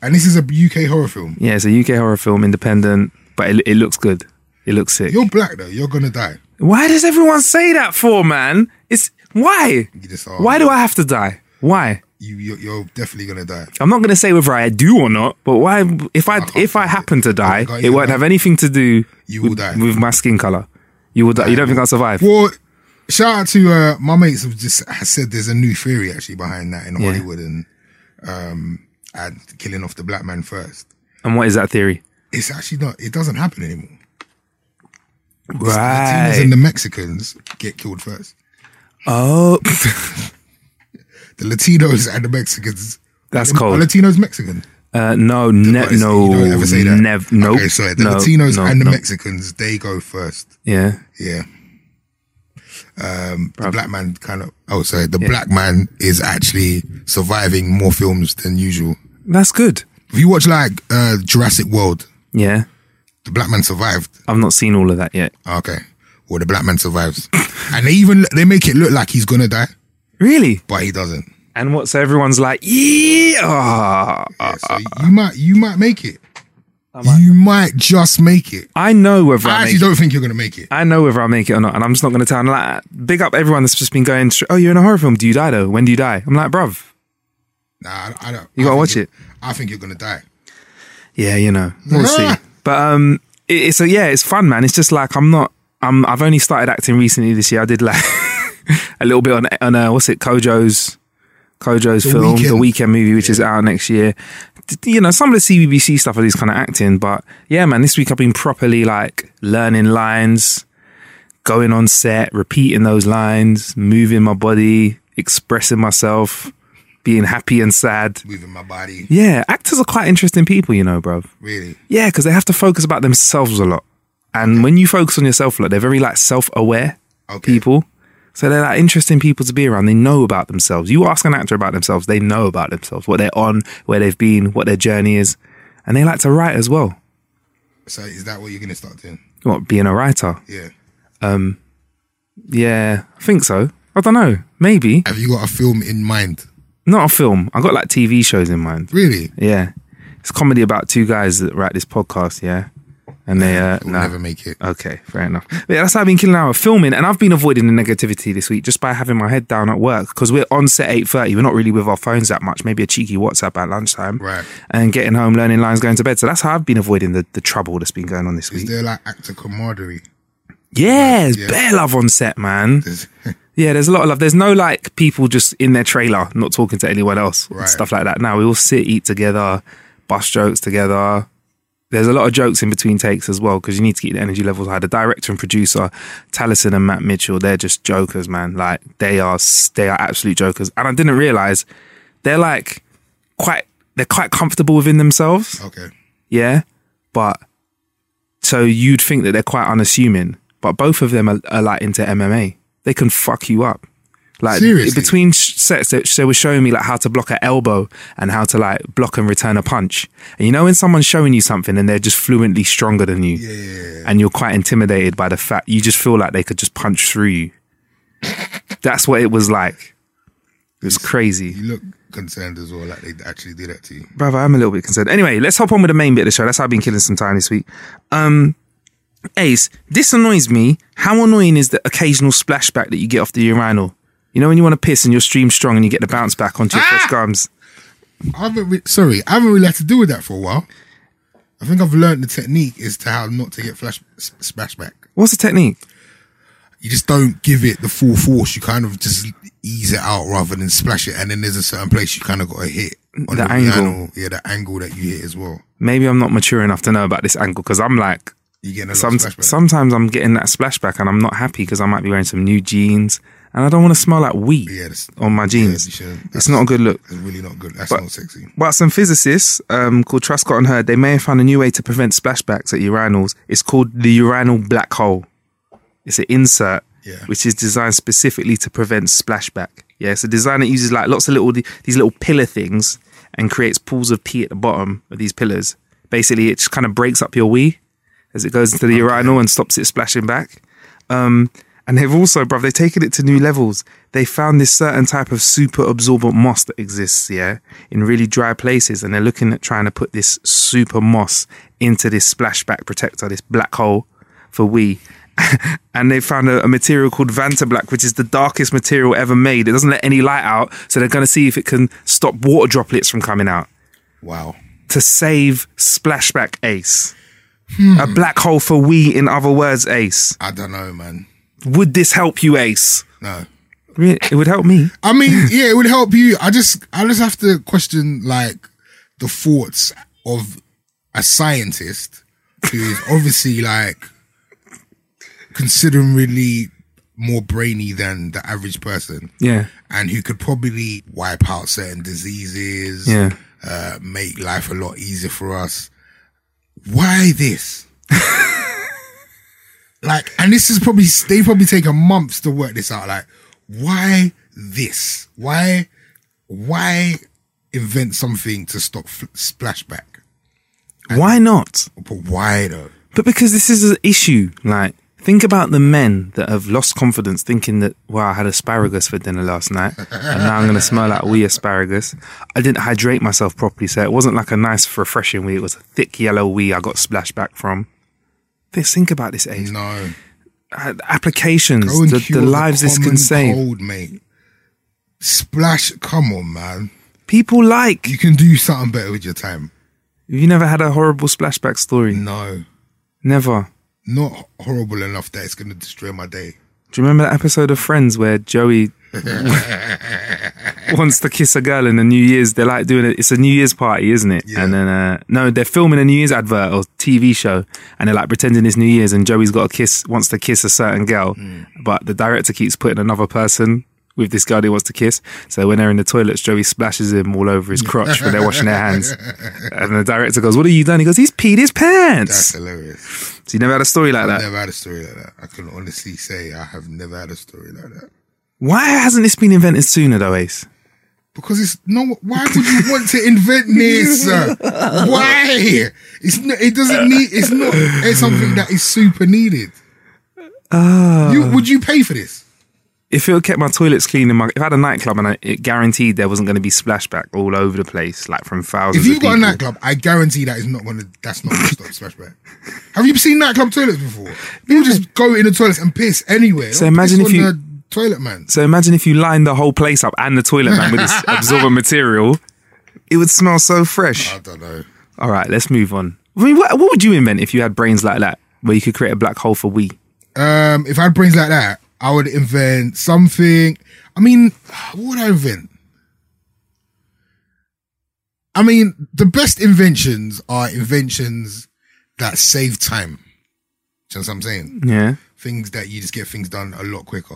Speaker 3: And this is a UK horror film.
Speaker 1: yeah. It's a UK horror film, independent, but it, it looks good. It looks sick.
Speaker 3: You're black though. You're gonna die.
Speaker 1: Why does everyone say that for, man? It's why?
Speaker 3: You just are.
Speaker 1: Why do I have to die? Why?
Speaker 3: You you're, you're definitely gonna die.
Speaker 1: I'm not gonna say whether I do or not, but why? If I
Speaker 3: can't
Speaker 1: if I
Speaker 3: believe
Speaker 1: happen to die,
Speaker 3: got
Speaker 1: it
Speaker 3: you,
Speaker 1: won't
Speaker 3: man.
Speaker 1: have anything to do
Speaker 3: You will
Speaker 1: with,
Speaker 3: die.
Speaker 1: with my skin color. You will die. You don't think I'll survive?
Speaker 3: Well, shout out to uh, my mates have just has said there's a new theory actually behind that in
Speaker 1: Yeah.
Speaker 3: Hollywood and um and killing off the black man first.
Speaker 1: And what is that theory?
Speaker 3: It's actually not. It doesn't happen anymore. The Latinos
Speaker 1: Right.
Speaker 3: and the Mexicans get killed first.
Speaker 1: oh,
Speaker 3: The Latinos and the Mexicans.
Speaker 1: That's
Speaker 3: Are
Speaker 1: cold.
Speaker 3: Latinos Mexican.
Speaker 1: uh, no, ne-
Speaker 3: But it's-
Speaker 1: no,
Speaker 3: you don't ever say that.
Speaker 1: nev- nope,
Speaker 3: Okay, so the
Speaker 1: no,
Speaker 3: Latinos
Speaker 1: no,
Speaker 3: and the
Speaker 1: no.
Speaker 3: Mexicans, they go first.
Speaker 1: Yeah,
Speaker 3: Yeah. Um, the black man kind of. Oh, sorry. The black man is actually surviving more films than usual.
Speaker 1: that's good.
Speaker 3: If you watch like uh, Jurassic World,
Speaker 1: Yeah,
Speaker 3: the black man survived. Ah,
Speaker 1: I've not seen all of that yet.
Speaker 3: Okay. Well, the black man survives, and they even they make it look like he's gonna die,
Speaker 1: Really?
Speaker 3: but he doesn't.
Speaker 1: And what? So everyone's like, yeah.
Speaker 3: Yeah, so you might you might make it.
Speaker 1: Uh, I might-
Speaker 3: you might just make it.
Speaker 1: I know whether
Speaker 3: I
Speaker 1: I,
Speaker 3: actually
Speaker 1: make it.
Speaker 3: don't think you're gonna make it.
Speaker 1: I know whether I make it or not, and I'm just not going to tell. And like, big up everyone that's just been going. thr- Oh, you're in a horror film. Do you die though? When do you die? I'm like, bruv.
Speaker 3: Nah, I, I
Speaker 1: You
Speaker 3: don't. I
Speaker 1: gotta
Speaker 3: think
Speaker 1: watch
Speaker 3: you're-
Speaker 1: it.
Speaker 3: I think you're gonna die.
Speaker 1: Yeah, you know, we'll see. But um, it, it's a, yeah, it's fun, man. It's just like I'm not. Um, I've only started acting recently this year. I did like a little bit on on uh, what's it, Kojo's Kojo's
Speaker 3: The
Speaker 1: film, the
Speaker 3: Weeknd.
Speaker 1: weekend movie, which is out next year. D- You know, some of the CBBC stuff I do is kind of acting, but yeah, man, this week I've been properly like learning lines, going on set, repeating those lines, moving my body, expressing myself, being happy and sad.
Speaker 3: Moving my body,
Speaker 1: Yeah, actors are quite interesting people, you know, bruv.
Speaker 3: really.
Speaker 1: Yeah, because they have to focus about themselves a lot. And when you focus on yourself a lot, they're very like self-aware
Speaker 3: Okay.
Speaker 1: people. So they're like interesting people to be around. They know about themselves. You ask an actor about themselves, they know about themselves, what they're on, where they've been, what their journey is. And they like to write as well.
Speaker 3: So is that what you're gonna start doing?
Speaker 1: What, being a writer?
Speaker 3: Yeah.
Speaker 1: Yeah, I think so. I don't know. Maybe.
Speaker 3: Have you got a film in mind?
Speaker 1: Not a film. I got like TV shows in mind.
Speaker 3: Really?
Speaker 1: Yeah. It's a comedy about two guys that write this podcast, yeah. And they uh
Speaker 3: We'll
Speaker 1: nah.
Speaker 3: never make it.
Speaker 1: Okay, fair enough. But yeah, that's how I've been killing an hour filming, and I've been avoiding the negativity this week just by having my head down at work because we're on set eight thirty. We're not really with our phones that much. Maybe a cheeky WhatsApp at lunchtime,
Speaker 3: Right.
Speaker 1: And getting home, learning lines, going to bed. So that's how I've been avoiding the, the trouble that's been going on this
Speaker 3: Is
Speaker 1: week.
Speaker 3: there like actor camaraderie?
Speaker 1: Yeah, there's
Speaker 3: Yeah.
Speaker 1: bare love on set, man.
Speaker 3: There's-
Speaker 1: Yeah, there's a lot of love. There's no like people just in their trailer, not talking to anyone else, and
Speaker 3: Right.
Speaker 1: stuff like that. Now we all sit, eat together, bust jokes together. There's a lot of jokes in between takes as well because you need to keep the energy levels high. The director and producer, Taliesin and Matt Mitchell, they're just jokers, man. Like they are, s- they are absolute jokers. And I didn't realize they're like quite, they're quite comfortable within themselves.
Speaker 3: okay.
Speaker 1: Yeah. But so you'd think that they're quite unassuming, but both of them are, are like into MMA. They can fuck you up. Like
Speaker 3: Seriously?
Speaker 1: between sh- sets, they, they were showing me like how to block an elbow and how to like block and return a punch. And you know when someone's showing you something and they're just fluently stronger than you, and you're quite intimidated by the fact you just feel like they could just punch through you. That's what it was like. It was crazy.
Speaker 3: You look concerned as well, like they actually did that to you.
Speaker 1: Brother, I'm a little bit concerned. Anyway, let's hop on with the main bit of the show. That's how I've been killing some time this week. Um, Ace, this annoys me. How annoying is the occasional splashback that you get off the urinal? You know when you want to piss and you're stream strong and you get the bounce back onto your
Speaker 3: Ah!
Speaker 1: fresh gums?
Speaker 3: I haven't. Re- sorry, I haven't really had to do with that for a while. I think I've learned the technique is to how not to get flash s- splashback.
Speaker 1: What's the technique?
Speaker 3: You just don't give it the full force. You kind of just ease it out rather than splash it. And then there's a certain place you kind of got to hit on
Speaker 1: The
Speaker 3: the,
Speaker 1: angle.
Speaker 3: piano. Yeah, the angle that you hit as well.
Speaker 1: Maybe I'm not mature enough to know about this angle because I'm like,
Speaker 3: You get a lot
Speaker 1: some,
Speaker 3: of splashback.
Speaker 1: sometimes I'm getting that splashback and I'm not happy because I might be wearing some new jeans and I don't want to smell like wheat
Speaker 3: Yeah, that's-
Speaker 1: on my
Speaker 3: you
Speaker 1: jeans.
Speaker 3: shouldn't.
Speaker 1: it's
Speaker 3: That's-
Speaker 1: not a good look.
Speaker 3: It's really not good. That's
Speaker 1: But-
Speaker 3: not sexy.
Speaker 1: But some physicists um, called Truscott and Heard, they may have found a new way to prevent splashbacks at urinals. It's called the urinal black hole. It's an insert
Speaker 3: Yeah.
Speaker 1: which is designed specifically to prevent splashback. Yeah, it's a design that uses like lots of little these little pillar things and creates pools of pee at the bottom of these pillars. Basically, it just kind of breaks up your wee as it goes into the urinal and stops it splashing back. Um, and they've also, bruv, they've taken it to new levels. They found this certain type of super absorbent moss that exists, yeah, in really dry places. And they're looking at trying to put this super moss into this splashback protector, this black hole for we. and they found a, a material called Vantablack, which is the darkest material ever made. It doesn't let any light out. So they're going to see if it can stop water droplets from coming out
Speaker 3: Wow.
Speaker 1: to save splashback ace. A black hole for we, in other words, ace.
Speaker 3: I don't know, man.
Speaker 1: Would this help you, ace?
Speaker 3: No.
Speaker 1: Re- It would help me.
Speaker 3: I mean, yeah, it would help you. I just, I just have to question like the thoughts of a scientist who is obviously like considerably more brainy than the average person,
Speaker 1: Yeah.
Speaker 3: and who could probably wipe out certain diseases,
Speaker 1: Yeah.
Speaker 3: uh, make life a lot easier for us. Why this? like, and this is probably they probably take a months to work this out. Like, why this? Why, why invent something to stop f- splashback?
Speaker 1: Why not?
Speaker 3: But why though?
Speaker 1: But because this is an issue. Like, Think about the men that have lost confidence thinking that, wow, I had asparagus for dinner last night and now I'm going to smell like wee asparagus. I didn't hydrate myself properly, so it wasn't like a nice, refreshing wee. It was a thick yellow wee I got splashed back from. Just think about this, Ace.
Speaker 3: No.
Speaker 1: Uh, applications,
Speaker 3: Go and
Speaker 1: the,
Speaker 3: cure
Speaker 1: the lives this
Speaker 3: common
Speaker 1: can save.
Speaker 3: Cold, mate. Splash. Come on, man.
Speaker 1: People like.
Speaker 3: You can do something better with your time.
Speaker 1: Have you never had a horrible splashback story?
Speaker 3: No,
Speaker 1: Never.
Speaker 3: not horrible enough that it's going to destroy my day.
Speaker 1: Do you remember that episode of Friends where Joey wants to kiss a girl in the New Year's? They're like doing it. It's a New Year's party, isn't it?
Speaker 3: Yeah.
Speaker 1: And then uh, no, they're filming a New Year's advert or TV show, and they're like pretending it's New Year's, and Joey's got a kiss, wants to kiss a certain girl,
Speaker 3: Mm.
Speaker 1: but the director keeps putting another person. With this girl he wants to kiss, so when they're in the toilets, Joey splashes him all over his crotch when they're washing their hands, and the director goes, "What have you done?" He goes, "He's peed his
Speaker 3: That's
Speaker 1: pants."
Speaker 3: hilarious.
Speaker 1: So you never had a story like
Speaker 3: I've
Speaker 1: that.
Speaker 3: never had a story like that. I can honestly say I have never had a story like that.
Speaker 1: Why hasn't this been invented sooner, though, Ace?
Speaker 3: Because it's no. Why would you want to invent this? uh, why? It's not, it doesn't need. It's not. It's something that is super needed.
Speaker 1: Ah.
Speaker 3: you, would you pay for this?
Speaker 1: if it kept my toilets clean in my if I had a nightclub and I, it guaranteed there wasn't going to be splashback all over the place like from thousands
Speaker 3: If you've
Speaker 1: of
Speaker 3: got a
Speaker 1: people.
Speaker 3: nightclub, I guarantee that is not gonna. That's not gonna stop Smashback. Have you seen nightclub toilets before? People just go in the toilets and piss anywhere.
Speaker 1: So
Speaker 3: Don't
Speaker 1: imagine
Speaker 3: piss
Speaker 1: if you-
Speaker 3: on the toilet man.
Speaker 1: so imagine if you lined the whole place up and the toilet man with this absorbent material it would smell so fresh
Speaker 3: I don't know.
Speaker 1: all right let's move on I mean what, what would you invent if you had brains like that where you could create a black hole for we
Speaker 3: Um, if I had brains like that, I would invent something. I mean, what would I invent? I mean, the best inventions are inventions that save time. Do you know what I'm saying?
Speaker 1: yeah
Speaker 3: things that you just get things done a lot quicker.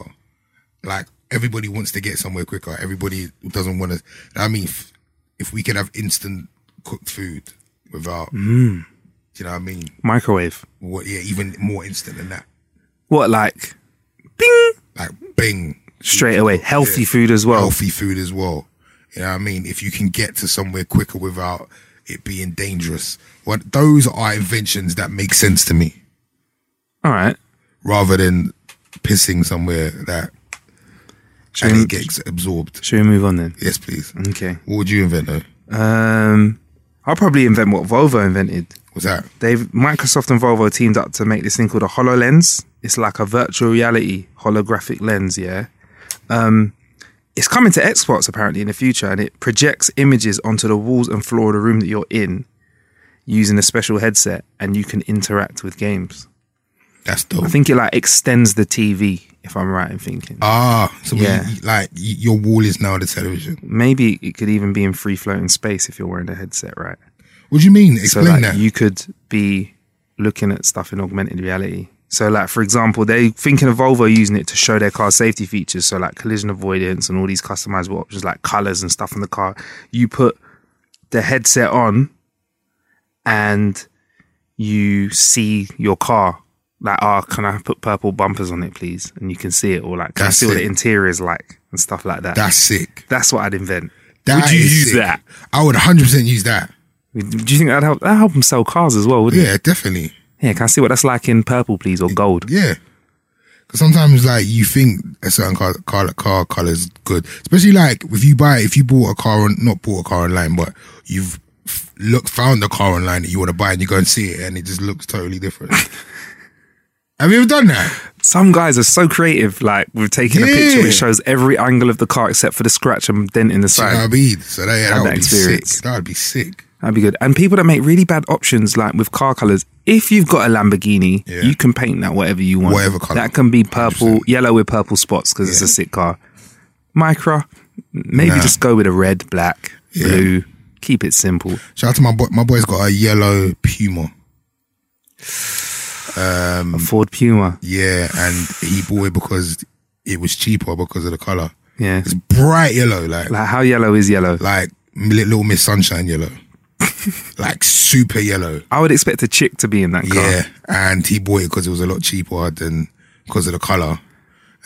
Speaker 3: Like everybody wants to get somewhere quicker. Everybody doesn't want to. I mean, if, if we could have instant cooked food without, do you know what I mean?
Speaker 1: microwave
Speaker 3: What, yeah, even more instant than that.
Speaker 1: what like bing
Speaker 3: Like, bing,
Speaker 1: straight away healthy food as well
Speaker 3: healthy food as well. You know what I mean? If you can get to somewhere quicker without it being dangerous, what those are inventions that make sense to me,
Speaker 1: all right
Speaker 3: rather than pissing somewhere that
Speaker 1: should
Speaker 3: and
Speaker 1: we,
Speaker 3: it gets absorbed.
Speaker 1: should we move on then
Speaker 3: Yes, please.
Speaker 1: okay
Speaker 3: What would you invent though?
Speaker 1: um I'll probably invent what Volvo invented
Speaker 3: What's that?
Speaker 1: They've Microsoft and Volvo teamed up to make this thing called a HoloLens. It's like a virtual reality holographic lens, yeah. Um, it's coming to Xbox apparently in the future, and it projects images onto the walls and floor of the room that you're in using a special headset, and you can interact with games.
Speaker 3: That's dope.
Speaker 1: I think it like extends the TV, if I'm right in thinking.
Speaker 3: ah, so
Speaker 1: Yeah.
Speaker 3: yeah. you, like y your wall is now the television.
Speaker 1: Maybe it could even be in free floating space if you're wearing a headset, right?
Speaker 3: What do you mean?
Speaker 1: so
Speaker 3: Explain
Speaker 1: like
Speaker 3: that.
Speaker 1: you could be looking at stuff in augmented reality. So like for example, they thinking of Volvo using it to show their car safety features. So like collision avoidance and all these customizable options like colours and stuff on the car. You put the headset on and you see your car. Like, oh, can I put purple bumpers on it, please? And you can see it or like can
Speaker 3: That's
Speaker 1: I see what the
Speaker 3: it.
Speaker 1: interior is like and stuff like that.
Speaker 3: That's sick.
Speaker 1: That's what I'd invent.
Speaker 3: That
Speaker 1: Would you
Speaker 3: is
Speaker 1: use
Speaker 3: sick.
Speaker 1: that?
Speaker 3: I would 100 percent use that.
Speaker 1: Do you think that'd help that'd help them sell cars as well, wouldn't it?
Speaker 3: Yeah, definitely.
Speaker 1: Yeah, can I see what that's like in purple, please, or gold?
Speaker 3: Yeah, because sometimes like you think a certain car car car color is good, especially like if you buy if you bought a car on not bought a car online, but you've f- looked found a car online that you want to buy and you go and see it and it just looks totally different. Have you ever done that?
Speaker 1: Some guys are so creative, like we've taken a picture
Speaker 3: Yeah.
Speaker 1: which shows every angle of the car except for the scratch and dent in the
Speaker 3: Do you know what I
Speaker 1: side.
Speaker 3: mean? So um, that, yeah,
Speaker 1: Had
Speaker 3: that would
Speaker 1: that
Speaker 3: be
Speaker 1: experience.
Speaker 3: sick. That would be sick.
Speaker 1: That'd be good. And people that make really bad options, like with car colors, if you've got a Lamborghini,
Speaker 3: Yeah.
Speaker 1: you can paint that whatever you want.
Speaker 3: Whatever colour.
Speaker 1: That can be purple, yellow with purple spots because it's a sick car. Micra, maybe
Speaker 3: Nah.
Speaker 1: just go with a red, black,
Speaker 3: Yeah.
Speaker 1: blue. Keep it simple.
Speaker 3: Shout out to my boy. My boy's got a yellow Puma. Mm.
Speaker 1: A Ford Puma.
Speaker 3: Yeah, and he bought it because it was cheaper because of the color.
Speaker 1: Yeah.
Speaker 3: It's bright yellow, like
Speaker 1: Like how yellow is yellow?
Speaker 3: like Li- Little Miss Sunshine yellow, like super yellow.
Speaker 1: I would expect a chick to be in that car.
Speaker 3: Yeah, and he bought it because it was a lot cheaper than because of the color.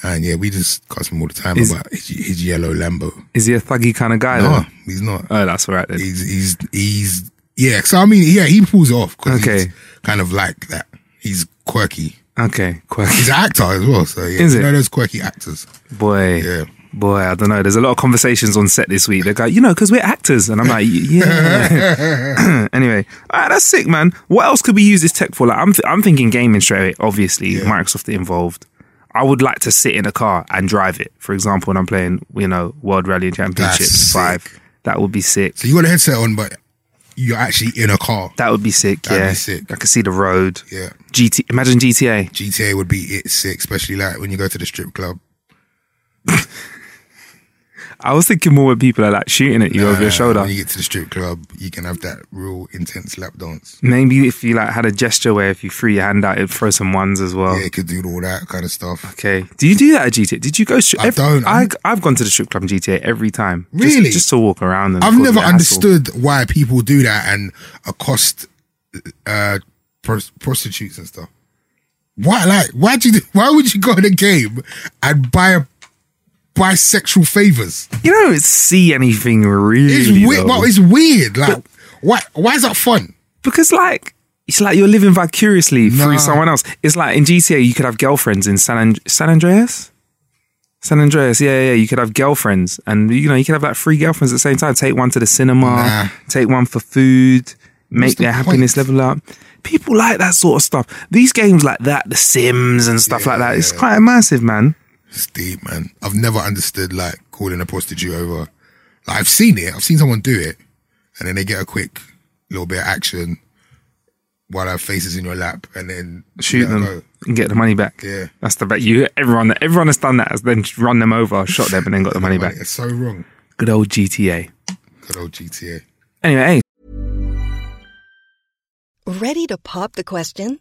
Speaker 3: And yeah, we just cuss him all the time
Speaker 1: Is-
Speaker 3: about his, his yellow Lambo.
Speaker 1: Is he a thuggy kind of guy?
Speaker 3: No,
Speaker 1: though?
Speaker 3: he's not.
Speaker 1: Oh, that's all right then.
Speaker 3: he's he's he's yeah. So I mean, yeah, he pulls it off. 'cause
Speaker 1: Okay.
Speaker 3: he's kind of like that. He's quirky.
Speaker 1: Okay, quirky.
Speaker 3: He's an actor as well, so yeah.
Speaker 1: Is it?
Speaker 3: You know those quirky actors.
Speaker 1: Boy,
Speaker 3: Yeah.
Speaker 1: boy, I don't know. There's a lot of conversations on set this week. They go, you know, because we're actors, and I'm like, yeah. anyway, all right, that's sick, man. What else could we use this tech for? Like, I'm, th- I'm thinking gaming straight away. Obviously, Microsoft involved. I would like to sit in a car and drive it. For example, when I'm playing, you know, World Rally Championships
Speaker 3: That's
Speaker 1: Five, that would be sick.
Speaker 3: So you got a headset on, but you're actually in a car.
Speaker 1: That would be sick.
Speaker 3: That'd
Speaker 1: yeah,
Speaker 3: be sick.
Speaker 1: I could see the road.
Speaker 3: Yeah.
Speaker 1: GT. Imagine GTA.
Speaker 3: GTA would be it sick, especially like when you go to the strip club.
Speaker 1: I was thinking more when people are like shooting at you over your
Speaker 3: Uh,
Speaker 1: shoulder.
Speaker 3: When you get to the strip club, you can have that real intense lap dance.
Speaker 1: Maybe if you like had a gesture where if you threw your hand out, it'd throw some ones as well.
Speaker 3: Yeah, you could do all that kind of stuff.
Speaker 1: Okay. Do you do that at GTA? Did you go? Stri-
Speaker 3: I don't.
Speaker 1: I, I've gone to the strip club in GTA every time. Just-
Speaker 3: Really?
Speaker 1: Just, to walk around. And
Speaker 3: I've
Speaker 1: cause
Speaker 3: never
Speaker 1: me a hassle.
Speaker 3: understood why people do that and accost uh, pros- prostitutes and stuff. Why, like, why do you? Do, why would you go in a game and buy a bisexual favors?
Speaker 1: You don't see anything really.
Speaker 3: It's
Speaker 1: though.
Speaker 3: weird. Well, it's weird. Like, why? Why is that fun?
Speaker 1: because like. It's like you're living vicariously
Speaker 3: Nah.
Speaker 1: through someone else. It's like in GTA, you could have girlfriends in San, And- San Andreas. San Andreas, yeah, yeah, yeah. You could have girlfriends, and you know you could have like three girlfriends at the same time. Take one to the cinema,
Speaker 3: Nah.
Speaker 1: take one for food, make
Speaker 3: the
Speaker 1: their happiness
Speaker 3: point?
Speaker 1: level up. People like that sort of stuff. These games like that, The Sims and stuff like that. It's quite massive, man.
Speaker 3: It's deep, man. I've never understood like calling a prostitute over. Like, I've seen it. I've seen someone do it, and then they get a quick little bit of action while their face is in your lap, and then
Speaker 1: Shoot
Speaker 3: let her
Speaker 1: them
Speaker 3: go.
Speaker 1: and get the money back.
Speaker 3: Yeah.
Speaker 1: that's the bet. You everyone, everyone has done that. Has then run them over, shot them, and then got the money back.
Speaker 3: Like, it's so wrong.
Speaker 1: Good old GTA.
Speaker 3: Good old GTA.
Speaker 1: Anyway, hey,
Speaker 2: Ready to pop the question?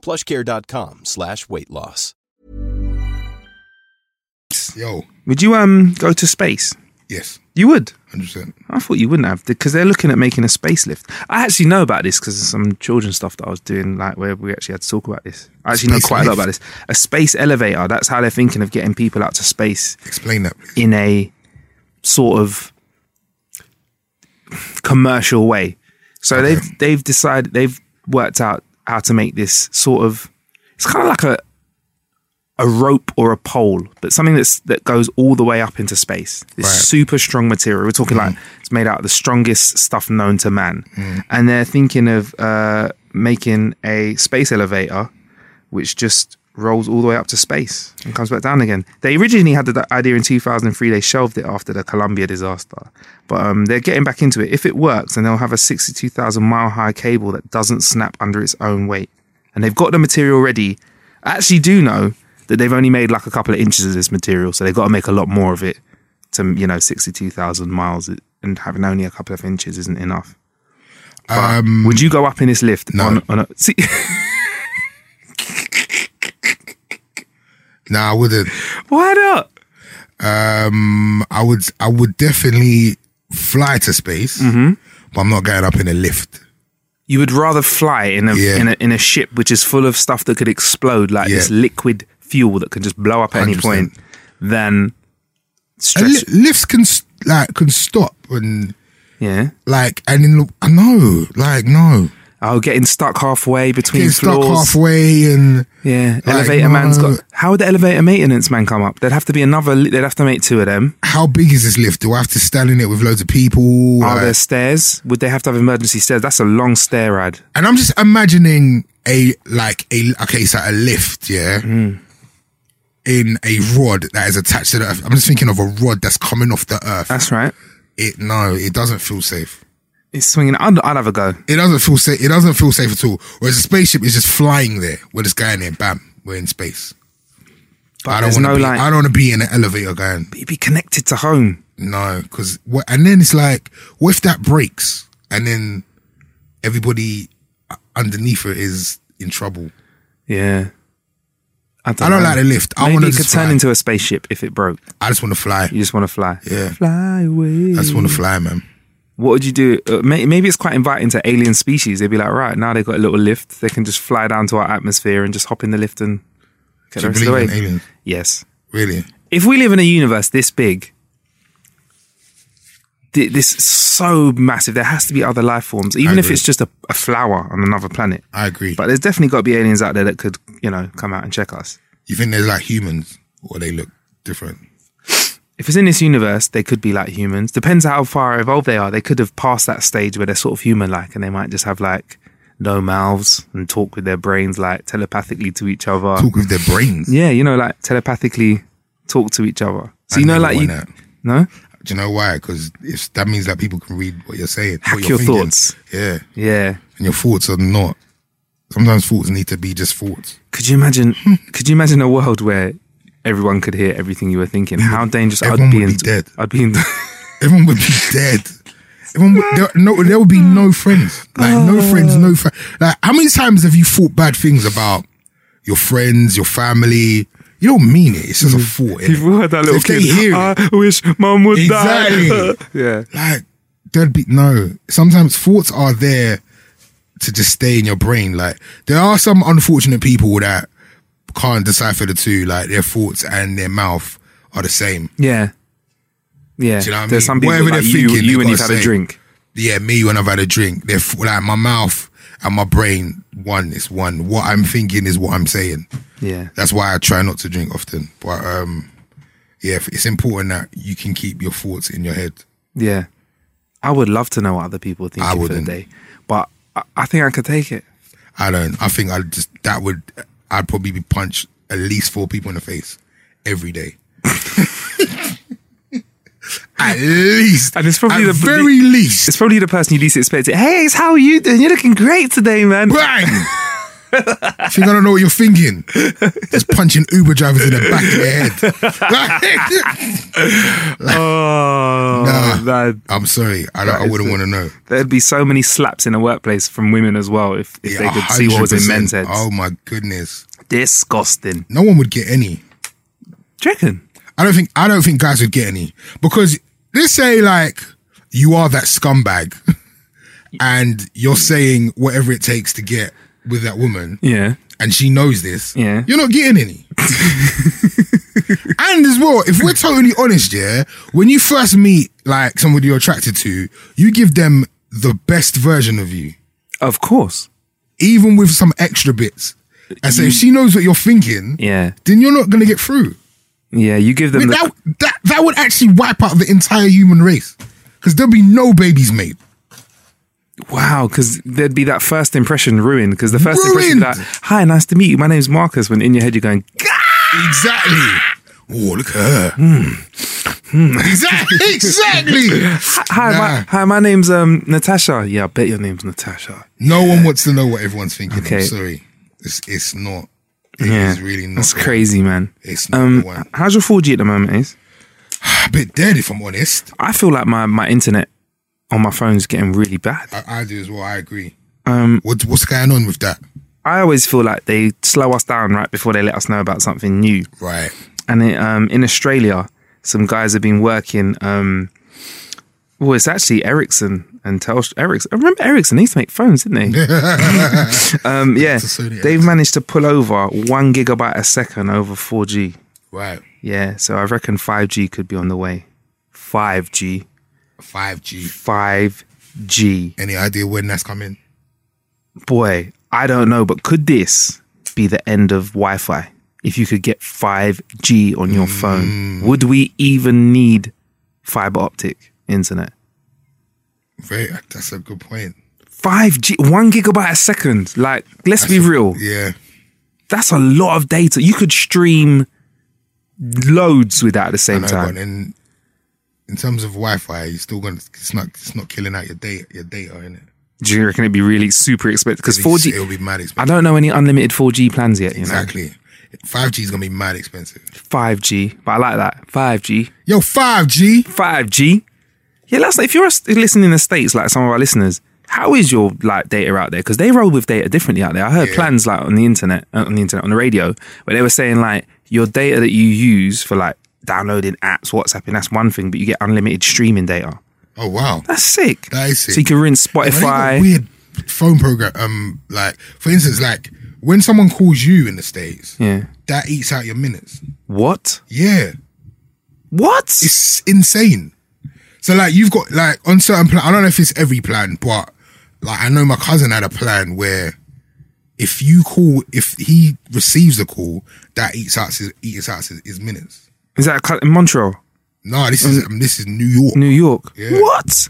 Speaker 4: Plushcare.com slash weight loss.
Speaker 3: Yo,
Speaker 1: would you um go to space?
Speaker 3: yes,
Speaker 1: You would.
Speaker 3: hundred percent.
Speaker 1: I thought you wouldn't have because they're looking at making a space lift. I actually know about this because of some children's stuff that I was doing, like where we actually had to talk about this. I actually know
Speaker 3: Space
Speaker 1: quite a lot
Speaker 3: lift?
Speaker 1: about this. A space elevator. That's how they're thinking of getting people out to space
Speaker 3: Explain that. Please.
Speaker 1: in a sort of commercial way. So they've they've decided they've worked out how to make this sort of it's kind of like a a rope or a pole, but something that's that goes all the way up into space. This
Speaker 3: Right.
Speaker 1: super strong material. We're talking like it's made out of the strongest stuff known to man. And they're thinking of uh, making a space elevator which just rolls all the way up to space and comes back down again. They originally had the the idea in 2003. They shelved it after the Columbia disaster, but um, they're getting back into it. If it works, then they'll have a 62,000 mile high cable that doesn't snap under its own weight, and they've got the material ready. I actually do know that they've only made like a couple of inches of this material, so they've got to make a lot more of it to you know 62,000 miles, and having only a couple of inches isn't enough. But would you go up in this lift?
Speaker 3: no.
Speaker 1: On, on a, see,
Speaker 3: Nah, I wouldn't.
Speaker 1: why not?
Speaker 3: Um, I would. I would definitely fly to space,
Speaker 1: Mm-hmm.
Speaker 3: but I'm not going up in a lift.
Speaker 1: You would rather fly in a,
Speaker 3: Yeah.
Speaker 1: in a in a ship which is full of stuff that could explode, like
Speaker 3: Yeah.
Speaker 1: this liquid fuel that can just blow up at any
Speaker 3: 100%.
Speaker 1: point, than
Speaker 3: And
Speaker 1: Stress.
Speaker 3: li- lifts can s- like can stop and
Speaker 1: yeah.
Speaker 3: like and in the, I know like no
Speaker 1: Oh, getting stuck halfway between
Speaker 3: getting stuck
Speaker 1: floors.
Speaker 3: halfway and
Speaker 1: Yeah,
Speaker 3: Like,
Speaker 1: elevator
Speaker 3: no.
Speaker 1: man's got. How would the elevator maintenance man come up? There'd have to be another. li- They'd have to make two of them.
Speaker 3: how big is this lift? Do I have to stand in it with loads of people?
Speaker 1: Are
Speaker 3: Like-
Speaker 1: there stairs? Would they have to have emergency stairs? That's a long stair ad.
Speaker 3: and I'm just imagining a like a okay, so a lift, yeah,
Speaker 1: Mm.
Speaker 3: in a rod that is attached to the earth. I'm just thinking of a rod that's coming off the earth.
Speaker 1: That's right.
Speaker 3: it no, it doesn't feel safe.
Speaker 1: It's swinging. I'd, I'd have a go.
Speaker 3: It doesn't feel safe. It doesn't feel safe at all. Whereas a spaceship is just flying there with this guy in there. Bam, we're in space.
Speaker 1: But
Speaker 3: I
Speaker 1: there's
Speaker 3: don't want to
Speaker 1: no
Speaker 3: be.
Speaker 1: like.
Speaker 3: I don't want to be in an elevator going.
Speaker 1: You'd be connected to home.
Speaker 3: No, because what? And then it's like, what if that breaks and then everybody underneath it is in trouble?
Speaker 1: Yeah.
Speaker 3: I don't like the lift. I
Speaker 1: Maybe
Speaker 3: wanna
Speaker 1: it could
Speaker 3: just
Speaker 1: turn
Speaker 3: fly.
Speaker 1: into a spaceship if it broke.
Speaker 3: I just want to fly.
Speaker 1: You just want to fly.
Speaker 3: Yeah.
Speaker 1: Fly away.
Speaker 3: I just want to fly, man.
Speaker 1: What would you do? Uh, may- maybe it's quite inviting to alien species. They'd be like, right, now they've got a little lift. They can just fly down to our atmosphere and just hop in the lift and get the
Speaker 3: Do you
Speaker 1: rest of the
Speaker 3: believe
Speaker 1: way.
Speaker 3: in aliens?
Speaker 1: Yes.
Speaker 3: Really?
Speaker 1: If we live in a universe this big, thi- this is so massive, there has to be other life forms, even if
Speaker 3: agree.
Speaker 1: it's just a, a flower on another planet.
Speaker 3: I agree.
Speaker 1: But there's definitely got to be aliens out there that could, you know, come out and check us.
Speaker 3: you think there's like humans or they look different?
Speaker 1: If it's in this universe, they could be like humans. Depends how far evolved they are. They could have passed that stage where they're sort of human like and they might just have like no mouths and talk with their brains like telepathically to each other.
Speaker 3: Talk with their brains.
Speaker 1: Yeah, you know, like telepathically talk to each other. So,
Speaker 3: I
Speaker 1: you know,
Speaker 3: never
Speaker 1: like you.
Speaker 3: want that.
Speaker 1: No?
Speaker 3: Do you know why? Because if that means that people can read what you're saying,
Speaker 1: Hack
Speaker 3: what
Speaker 1: your
Speaker 3: you're thinking.
Speaker 1: thoughts.
Speaker 3: Yeah,
Speaker 1: Yeah.
Speaker 3: and your thoughts are not. Sometimes thoughts need to be just thoughts.
Speaker 1: Could you imagine? could you imagine a world where everyone could hear everything you were thinking? How dangerous I'd
Speaker 3: everyone
Speaker 1: be,
Speaker 3: would
Speaker 1: in,
Speaker 3: be dead.
Speaker 1: I'd be in.
Speaker 3: Everyone would be dead. Everyone, would, there, no, there would be no friends. Like
Speaker 1: Oh.
Speaker 3: no friends, no friends. Like how many times have you thought bad things about your friends, your family? You don't mean it. It's just a thought. innit?
Speaker 1: People had Mm. that
Speaker 3: So
Speaker 1: little
Speaker 3: if they
Speaker 1: kid. uh,
Speaker 3: hear it,
Speaker 1: I wish mum would
Speaker 3: Exactly.
Speaker 1: die. yeah.
Speaker 3: like there'd be no sometimes thoughts are there to just stay in your brain like there are some unfortunate people that can't decipher the two like their thoughts and their mouth are the same
Speaker 1: Yeah. Yeah.
Speaker 3: Do you know what I
Speaker 1: There's
Speaker 3: mean?
Speaker 1: some people
Speaker 3: Whatever
Speaker 1: like
Speaker 3: they're
Speaker 1: you,
Speaker 3: thinking,
Speaker 1: you
Speaker 3: they
Speaker 1: and you've had
Speaker 3: gotta
Speaker 1: a
Speaker 3: say.
Speaker 1: drink.
Speaker 3: yeah me when i've had a drink they're f- like my mouth and my brain one is one what i'm thinking is what i'm saying
Speaker 1: Yeah.
Speaker 3: that's why i try not to drink often but um yeah it's important that you can keep your thoughts in your head
Speaker 1: Yeah. I would love to know what other people are
Speaker 3: I
Speaker 1: thinking for the
Speaker 3: wouldn't.
Speaker 1: day. But I, I think I could take it.
Speaker 3: I don't. I think I would just that would I'd probably be punched at least four people in the face every day. at least,
Speaker 1: And it's probably
Speaker 3: at
Speaker 1: the-
Speaker 3: very
Speaker 1: It's
Speaker 3: least.
Speaker 1: probably the person you least expected. Hey, it's how are you doing? You're looking great today, man.
Speaker 3: Bang! if you don't know what you're thinking, just punching Uber drivers in the back of their head.
Speaker 1: Oh,
Speaker 3: Nah.
Speaker 1: man.
Speaker 3: I'm sorry. I, don't, I
Speaker 1: is
Speaker 3: wouldn't
Speaker 1: the-
Speaker 3: want to know.
Speaker 1: There'd be so many slaps in a workplace from women as well if, if they
Speaker 3: Yeah,
Speaker 1: could see what was in men's
Speaker 3: 100%.
Speaker 1: heads.
Speaker 3: Oh my goodness!
Speaker 1: Disgusting.
Speaker 3: No one would get any.
Speaker 1: Do you reckon?
Speaker 3: I don't think I don't think guys would get any because let's say like you are that scumbag, and you're saying whatever it takes to get with that woman,
Speaker 1: Yeah.
Speaker 3: and she knows this.
Speaker 1: Yeah.
Speaker 3: you're not getting any. and as well, if we're totally honest, yeah, when you first meet like somebody you're attracted to, you give them the best version of you,
Speaker 1: Of course.
Speaker 3: even with some extra bits. And so if she knows what you're thinking,
Speaker 1: Yeah.
Speaker 3: then you're not gonna get through.
Speaker 1: Yeah, you give them
Speaker 3: But
Speaker 1: the,
Speaker 3: that, that that would actually wipe out the entire human race because there'll be no babies made.
Speaker 1: Wow, because there'd be that first impression ruined. Because the first impression,
Speaker 3: Ruined!
Speaker 1: would be like, "Hi, nice to meet you. My name's Marcus." When in your head you're going,
Speaker 3: Exactly. Oh, look at her. Hmm. Exactly. exactly.
Speaker 1: "Hi, my,
Speaker 3: Nah.
Speaker 1: hi, my name's um, Natasha." Yeah, I bet your name's Natasha.
Speaker 3: No one wants to know what everyone's thinking.
Speaker 1: Okay.
Speaker 3: I'm sorry. It's it's not. It's
Speaker 1: yeah,
Speaker 3: really not.
Speaker 1: That's
Speaker 3: the-
Speaker 1: crazy, man.
Speaker 3: It's not
Speaker 1: Um,
Speaker 3: the one.
Speaker 1: how's your 4G at the moment? Is
Speaker 3: A bit dead, if I'm honest.
Speaker 1: I feel like my my internet on my phone's getting really bad.
Speaker 3: I, I do as well. I agree.
Speaker 1: Um,
Speaker 3: What, what's going on with that?
Speaker 1: I always feel like they slow us down right before they let us know about something new.
Speaker 3: Right.
Speaker 1: and it, um, in Australia, some guys have been working. Um, well, it's actually Ericsson and Telstra. Ericsson. I remember Ericsson they used to make phones, didn't they? um, yeah,
Speaker 3: It's a Sony
Speaker 1: they've managed to pull over one gigabyte a second over four G
Speaker 3: Right.
Speaker 1: Yeah, so I reckon 5G could be on the way. 5G.
Speaker 3: 5G.
Speaker 1: 5G.
Speaker 3: Any idea when that's coming?
Speaker 1: Boy, I don't know, but could this be the end of Wi Fi? If you could get 5G on your
Speaker 3: Mm.
Speaker 1: phone, would we even need fiber optic internet?
Speaker 3: Very. That's a good point.
Speaker 1: 5G, one gigabyte a second. Like, let's
Speaker 3: That's
Speaker 1: be
Speaker 3: a-
Speaker 1: real.
Speaker 3: Yeah.
Speaker 1: That's a lot of data. You could stream loads with that at the
Speaker 3: I
Speaker 1: same
Speaker 3: know,
Speaker 1: time.
Speaker 3: But in in terms of Wi-Fi, you're still gonna. It's not. It's not killing out your data. Your data, innit?
Speaker 1: Do you reckon it'd be really super expensive? Because
Speaker 3: It'll be-
Speaker 1: 4G,
Speaker 3: It'll be mad expensive.
Speaker 1: I don't know any unlimited 4G plans yet. You
Speaker 3: Exactly. 5G is gonna be mad expensive.
Speaker 1: Know? 5G, but I like that. 5G,
Speaker 3: Yo, 5G.
Speaker 1: 5G. Yeah, last if you're a- listening in the states, like some of our listeners, how is your like data out there? Because they roll with data differently out there. I heard plans like on the internet, uh, on the internet, on the radio, where they were saying like your data that you use for like downloading apps, WhatsApp, and that's one thing, but you get unlimited streaming data.
Speaker 3: Oh wow.
Speaker 1: That's sick.
Speaker 3: That is sick.
Speaker 1: So you can rinse
Speaker 3: But they got
Speaker 1: Spotify.
Speaker 3: Weird phone program. Um, like for instance, like when someone calls you in the states,
Speaker 1: yeah.
Speaker 3: that eats out your minutes.
Speaker 1: What?
Speaker 3: Yeah,
Speaker 1: What?
Speaker 3: it's insane. So like you've got like on certain plan. I don't know if it's every plan, but like I know my cousin had a plan where if you call, if he receives a call, that eats out his eats out his, his minutes.
Speaker 1: is that a cut in Montreal?
Speaker 3: Nah, this
Speaker 1: Mm.
Speaker 3: is um, this is New York.
Speaker 1: New York.
Speaker 3: Yeah.
Speaker 1: What?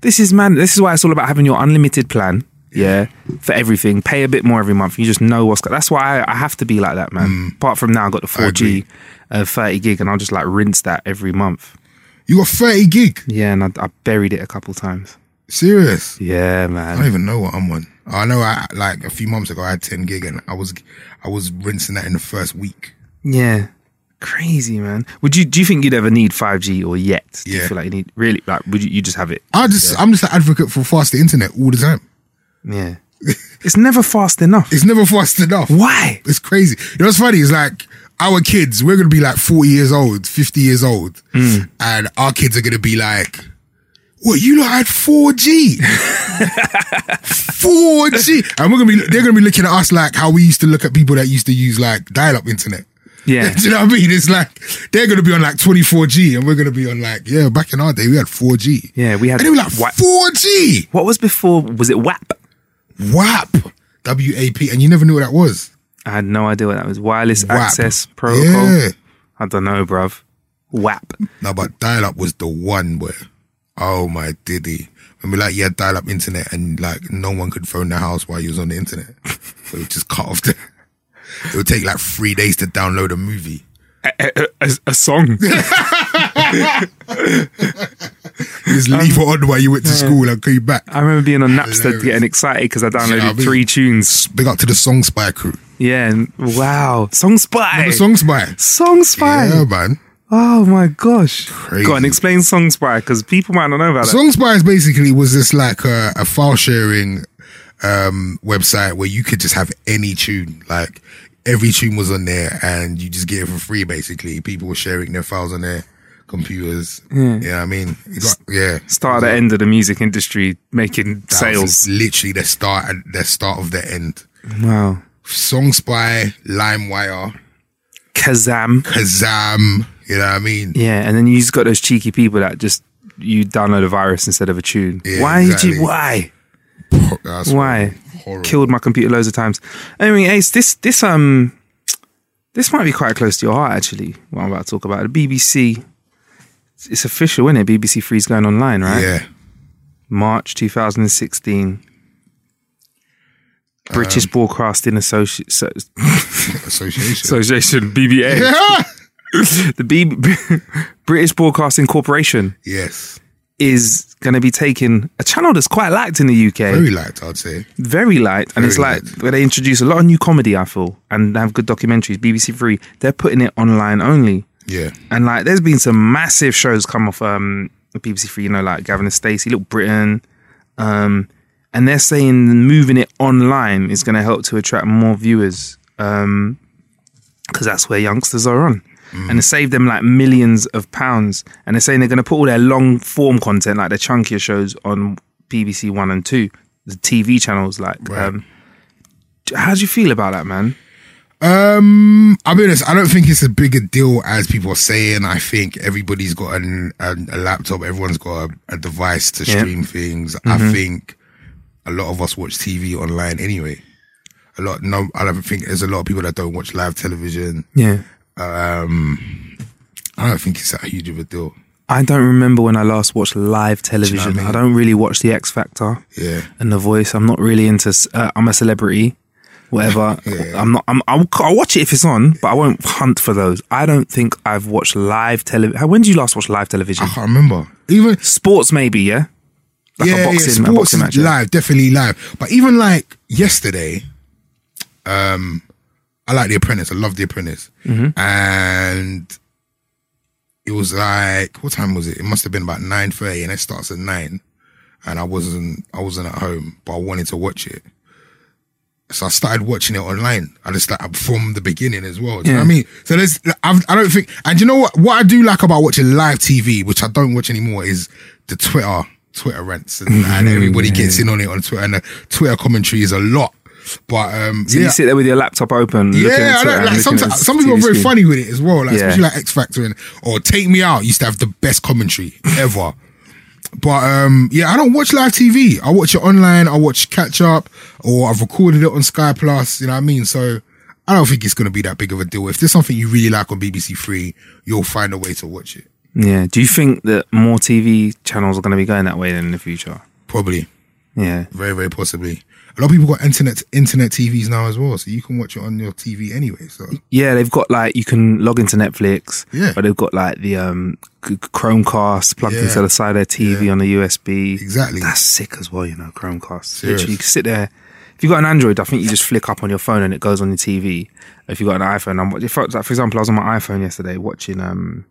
Speaker 1: This is man. This is why it's all about having your unlimited plan. Yeah, for everything. Pay a bit more every month. You just know what's. go- That's why I, I have to be like that, man. Apart from now, I got the four G, uh, thirty gig, and I'll just like rinse that every month.
Speaker 3: You got thirty gig.
Speaker 1: Yeah, and I, I buried it a couple times.
Speaker 3: Serious.
Speaker 1: Yeah,
Speaker 3: I don't
Speaker 1: man.
Speaker 3: even know what I'm on. I know I like a few months ago I had 10 gig and I was I was rinsing that in the first week.
Speaker 1: Yeah, crazy, man. Would you? Do you think you'd ever need five G or yet? Do you
Speaker 3: Yeah.
Speaker 1: feel like you need really like? Would you, you just have it?
Speaker 3: I just I'm just an advocate for faster internet all the time.
Speaker 1: Yeah. it's never fast enough.
Speaker 3: It's never fast enough.
Speaker 1: why?
Speaker 3: It's crazy. You know what's funny? It's like our kids, we're gonna be like 40 years old, 50 years old, and our kids are gonna be like, What, you lot had 4G? 4G. And we're gonna be they're gonna be looking at us like how we used to look at people that used to use like dial up internet.
Speaker 1: Yeah.
Speaker 3: Do you know what I mean? It's like they're gonna be on like 24G and we're gonna be on like, yeah, back in our day we had 4G.
Speaker 1: Yeah, we had
Speaker 3: And they were like
Speaker 1: wa-
Speaker 3: 4G!
Speaker 1: What was before? Was it WAP?
Speaker 3: WAP. W A P. And you never knew what that was.
Speaker 1: I had no idea what that was. Wireless
Speaker 3: WAP.
Speaker 1: access protocol.
Speaker 3: Yeah.
Speaker 1: I don't know, bruv. WAP.
Speaker 3: No, but dial up was the one where oh my diddy. And we like yeah, dial up internet and like no one could phone the house while you was on the internet. so it just cut off the it would take like three days to download a movie.
Speaker 1: A, song.
Speaker 3: You just
Speaker 1: Um,
Speaker 3: leave it on while you went to school and came back.
Speaker 1: I remember being on Napster
Speaker 3: Hilarious.
Speaker 1: getting excited because I downloaded
Speaker 3: Yeah, I mean-
Speaker 1: three tunes.
Speaker 3: Big up to the Song Spy crew.
Speaker 1: Yeah. And, wow. Song Spy.
Speaker 3: The Song Spy.
Speaker 1: Song Spy.
Speaker 3: Yeah, man.
Speaker 1: Oh my gosh.
Speaker 3: Crazy.
Speaker 1: Go on, explain Song Spy because people might not know about that.
Speaker 3: Song Spies basically was just like a, a file sharing um, website where you could just have any tune, like every tune was on there, and you just get it for free. Basically, people were sharing their files on their computers. Yeah,
Speaker 1: Hmm.
Speaker 3: you know what I mean, It got- yeah.
Speaker 1: Start at the end of the music industry making
Speaker 3: That was
Speaker 1: sales.
Speaker 3: literally the start, and the start of the end.
Speaker 1: Wow.
Speaker 3: Song Spy, LimeWire,
Speaker 1: Kazam.
Speaker 3: Kazam. You know what I mean?
Speaker 1: Yeah, and then you just got those cheeky people that just you download a virus instead of a tune.
Speaker 3: Yeah,
Speaker 1: why did
Speaker 3: exactly.
Speaker 1: you? Why?
Speaker 3: That's
Speaker 1: Why?
Speaker 3: horrible.
Speaker 1: Killed my computer loads of times. Anyway, Ace, this this um this might be quite close to your heart actually. What I'm about to talk about the BBC. It's official, isn't it? BBC Three's going online, right?
Speaker 3: Yeah.
Speaker 1: March 2016. British
Speaker 3: Um,
Speaker 1: Broadcasting Associ- So-
Speaker 3: Association.
Speaker 1: Association, BBA.
Speaker 3: yeah.
Speaker 1: The B- British Broadcasting Corporation
Speaker 3: Yes.
Speaker 1: is going to be taking a channel that's quite liked in the UK.
Speaker 3: Very light, I'd say.
Speaker 1: very light and
Speaker 3: Very
Speaker 1: it's like
Speaker 3: light.
Speaker 1: where they introduce a lot of new comedy i feel and they have good documentaries bbc three they're putting it online only
Speaker 3: Yeah.
Speaker 1: and like there's been some massive shows come off um bbc three you know like gavin and stacey little britain um and they're saying moving it online is going to help to attract more viewers um because that's where youngsters are on and it saved them like millions of pounds and they're saying they're going to put all their long form content like their chunkier shows on bbc one and two the tv channels like um how do you feel about that man
Speaker 3: Um, I'll be honest. I don't think it's as big a deal as people are saying. I think everybody's got an, an, a laptop. Everyone's got a, a device to
Speaker 1: Yeah.
Speaker 3: stream things. I think a lot of us watch TV online anyway. A lot. No, I don't think there's a lot of people that don't watch live television. Um,
Speaker 1: Yeah.
Speaker 3: I don't think it's that huge of a deal.
Speaker 1: I don't remember when I last watched live television.
Speaker 3: I
Speaker 1: I,
Speaker 3: mean?
Speaker 1: don't really watch The X Factor
Speaker 3: Yeah.
Speaker 1: and The Voice. I'm not really into. s- Uh, I'm a celebrity, whatever. I'm not. I'm, I'll, I'll watch it if it's on, but I won't hunt for those. I don't think I've watched live television. When did you last watch live television?
Speaker 3: I can't remember. Even
Speaker 1: Sports, maybe. Yeah. Like a boxing, a
Speaker 3: sports
Speaker 1: boxing
Speaker 3: is
Speaker 1: match. yeah.
Speaker 3: live, definitely live. But even like yesterday, um, I like The Apprentice. I love The Apprentice,
Speaker 1: Mm-hmm.
Speaker 3: and it was like what time was it? It must have been about nine thirty, and it starts at nine. And I wasn't, I wasn't at home, but I wanted to watch it. So I started watching it online. I just like from the beginning as well. Do you know what I mean? So there's, I've, I don't think, and you know what? What I do like about watching live TV, which I don't watch anymore, is the Twitter, Twitter rants, and, and everybody gets in on it on Twitter, and the Twitter commentary is a lot. But um,
Speaker 1: So you
Speaker 3: yeah,
Speaker 1: sit there with your laptop open. looking
Speaker 3: yeah,
Speaker 1: at
Speaker 3: I
Speaker 1: Twitter
Speaker 3: don't,
Speaker 1: and
Speaker 3: like
Speaker 1: looking at
Speaker 3: sometimes
Speaker 1: the
Speaker 3: some people are
Speaker 1: TV
Speaker 3: very
Speaker 1: screen.
Speaker 3: funny with it as well, like
Speaker 1: Yeah.
Speaker 3: especially like X Factor and or Take Me Out used to have the best commentary ever. But um, yeah, I don't watch live TV. I watch it online. I watch catch up, or I've recorded it on Sky Plus. You know what I mean? So I don't think it's going to be that big of a deal. If there's something you really like on BBC Three, you'll find a way to watch it.
Speaker 1: Yeah. Do you think that more TV channels are going to be going that way in the future?
Speaker 3: Probably,
Speaker 1: Yeah.
Speaker 3: very, very possibly. A lot of people got internet internet TVs now as well, so you can watch it on your TV anyway. So
Speaker 1: Yeah, they've got like you can log into Netflix.
Speaker 3: Yeah.
Speaker 1: But they've got like the um c- Chromecast plugged
Speaker 3: Yeah.
Speaker 1: into the side of their TV on the USB.
Speaker 3: Exactly.
Speaker 1: That's sick as well, you know, Chromecast.
Speaker 3: Serious.
Speaker 1: Literally you can sit there. If you've got an Android, I think you just flick up on your phone and it goes on your TV. If you've got an iPhone, I'm watching, for like, for example, I was on my iPhone yesterday watching, um,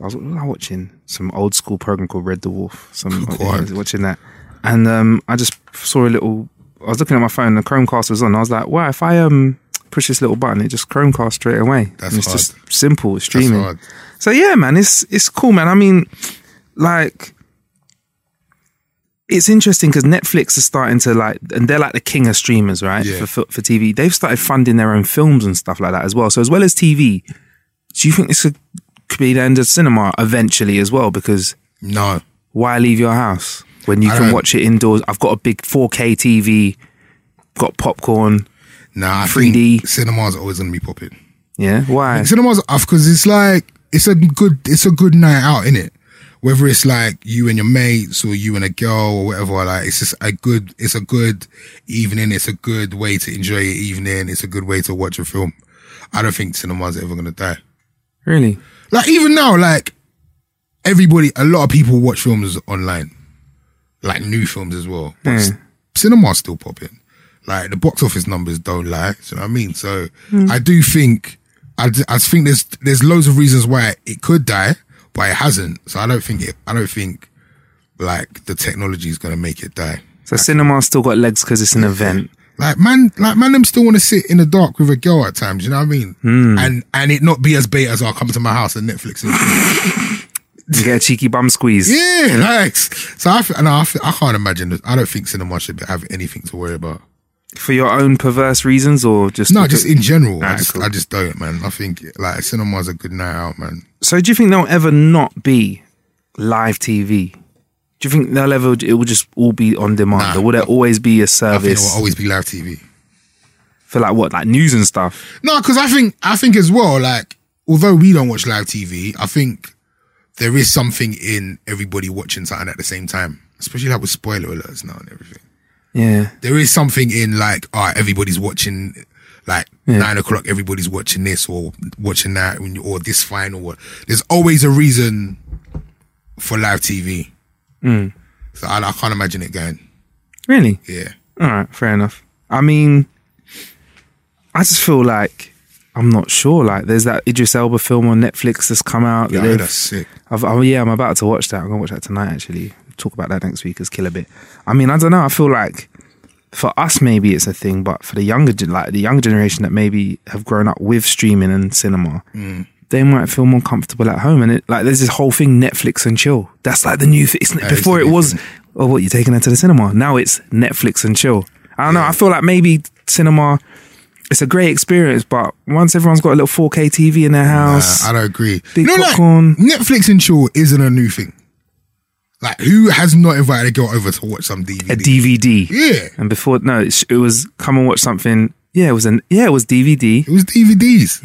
Speaker 1: I was, what was I watching? Some old school program called Red Dwarf. Some,
Speaker 3: Good
Speaker 1: yeah, I
Speaker 3: God.
Speaker 1: was watching that. And, um, I just saw a little, I was looking at my phone and the Chromecast was on. I was like, wow, if I, um, push this little button, it just Chromecast straight away.
Speaker 3: That's
Speaker 1: And it's
Speaker 3: hard.
Speaker 1: just simple, it's streaming.
Speaker 3: hard.
Speaker 1: So yeah, man, it's it's cool, man. I mean, like it's interesting because Netflix is starting to like, and they're like the king of streamers, right?
Speaker 3: Yeah.
Speaker 1: For, for for TV, they've started funding their own films and stuff like that as well. So as well as TV, do you think this could, could be the end of cinema eventually as well? Because
Speaker 3: no,
Speaker 1: why leave your house when you
Speaker 3: I
Speaker 1: can
Speaker 3: don't-
Speaker 1: watch it indoors? I've got a big 4K TV, got popcorn.
Speaker 3: nah, I
Speaker 1: 3D.
Speaker 3: think cinema's always going to be popping.
Speaker 1: Yeah, why?
Speaker 3: Cinema's off because it's like it's a good it's a good night out in it. Whether it's like you and your mates or you and a girl or whatever, like it's just a good it's a good evening. It's a good way to enjoy your evening. It's a good way to watch a film. I don't think cinema's ever gonna die.
Speaker 1: Really?
Speaker 3: Like even now, like everybody, a lot of people watch films online, like new films as well. But s- cinema's still popping. Like the box office numbers don't lie. So you know what I mean. So I do think I, d- I think there's there's loads of reasons why it could die, but it hasn't. So I don't think it. I don't think like the technology is gonna make it die.
Speaker 1: So cinema's still got legs because it's an event.
Speaker 3: Like man, like man, them still want to sit in the dark with a girl at times. You know what I mean? And and it not be as bait as I'll come to my house and Netflix and.
Speaker 1: You get a cheeky bum squeeze.
Speaker 3: Yeah, like so. I f- no, I, f- I can't imagine. This. I don't think cinema should have anything to worry about.
Speaker 1: for your own perverse reasons or just
Speaker 3: No,
Speaker 1: because-
Speaker 3: just in general. I
Speaker 1: Ah,
Speaker 3: just,
Speaker 1: cool.
Speaker 3: I just don't, man. I think like cinema's a good night out, man.
Speaker 1: so do you think there'll ever not be live tv do you think they'll ever it will just all be on demand
Speaker 3: Nah.
Speaker 1: or will there always be a
Speaker 3: I think it
Speaker 1: service
Speaker 3: will always be live TV.
Speaker 1: for like what like news and stuff
Speaker 3: No, because I think I think as well. Like, although we don't watch live TV, I think there is something in everybody watching something at the same time, especially like with spoiler alerts now and everything.
Speaker 1: yeah
Speaker 3: there is something in like, all right, everybody's watching, like nine o'clock, everybody's watching this or watching that, when you- or this final. Or, there's always a reason for live TV.
Speaker 1: Mm.
Speaker 3: So I, I can't imagine it going.
Speaker 1: really
Speaker 3: Yeah.
Speaker 1: all right fair enough i mean i just feel like i'm not sure like there's that idris elba film on netflix that's come out that
Speaker 3: Yeah, I heard
Speaker 1: they've-
Speaker 3: that's sick.
Speaker 1: I've, oh yeah, I'm about to watch that. I'm gonna watch that tonight. Actually, talk about that next week as Killer Bit. I mean, I don't know. I feel like for us maybe it's a thing, but for the younger gen- like the younger generation that maybe have grown up with streaming and cinema,
Speaker 3: Mm.
Speaker 1: they might feel more comfortable at home. And it like there's this whole thing Netflix and chill. That's like the new thing. It's,
Speaker 3: is
Speaker 1: before
Speaker 3: the
Speaker 1: it
Speaker 3: new
Speaker 1: was,
Speaker 3: thing.
Speaker 1: oh what you're taking her to the cinema. Now it's Netflix and chill. I don't know. I feel like maybe cinema it's a great experience. But once everyone's got a little 4K TV in their house,
Speaker 3: I don't agree.
Speaker 1: Big
Speaker 3: no, like,
Speaker 1: popcorn.
Speaker 3: Netflix and chill isn't a new thing. Like, who has not invited a girl over to watch some DVD?
Speaker 1: a DVD.
Speaker 3: yeah,
Speaker 1: And before no, it, sh- it was come and watch something. Yeah, it was an yeah, it was DVD.
Speaker 3: it was DVDs.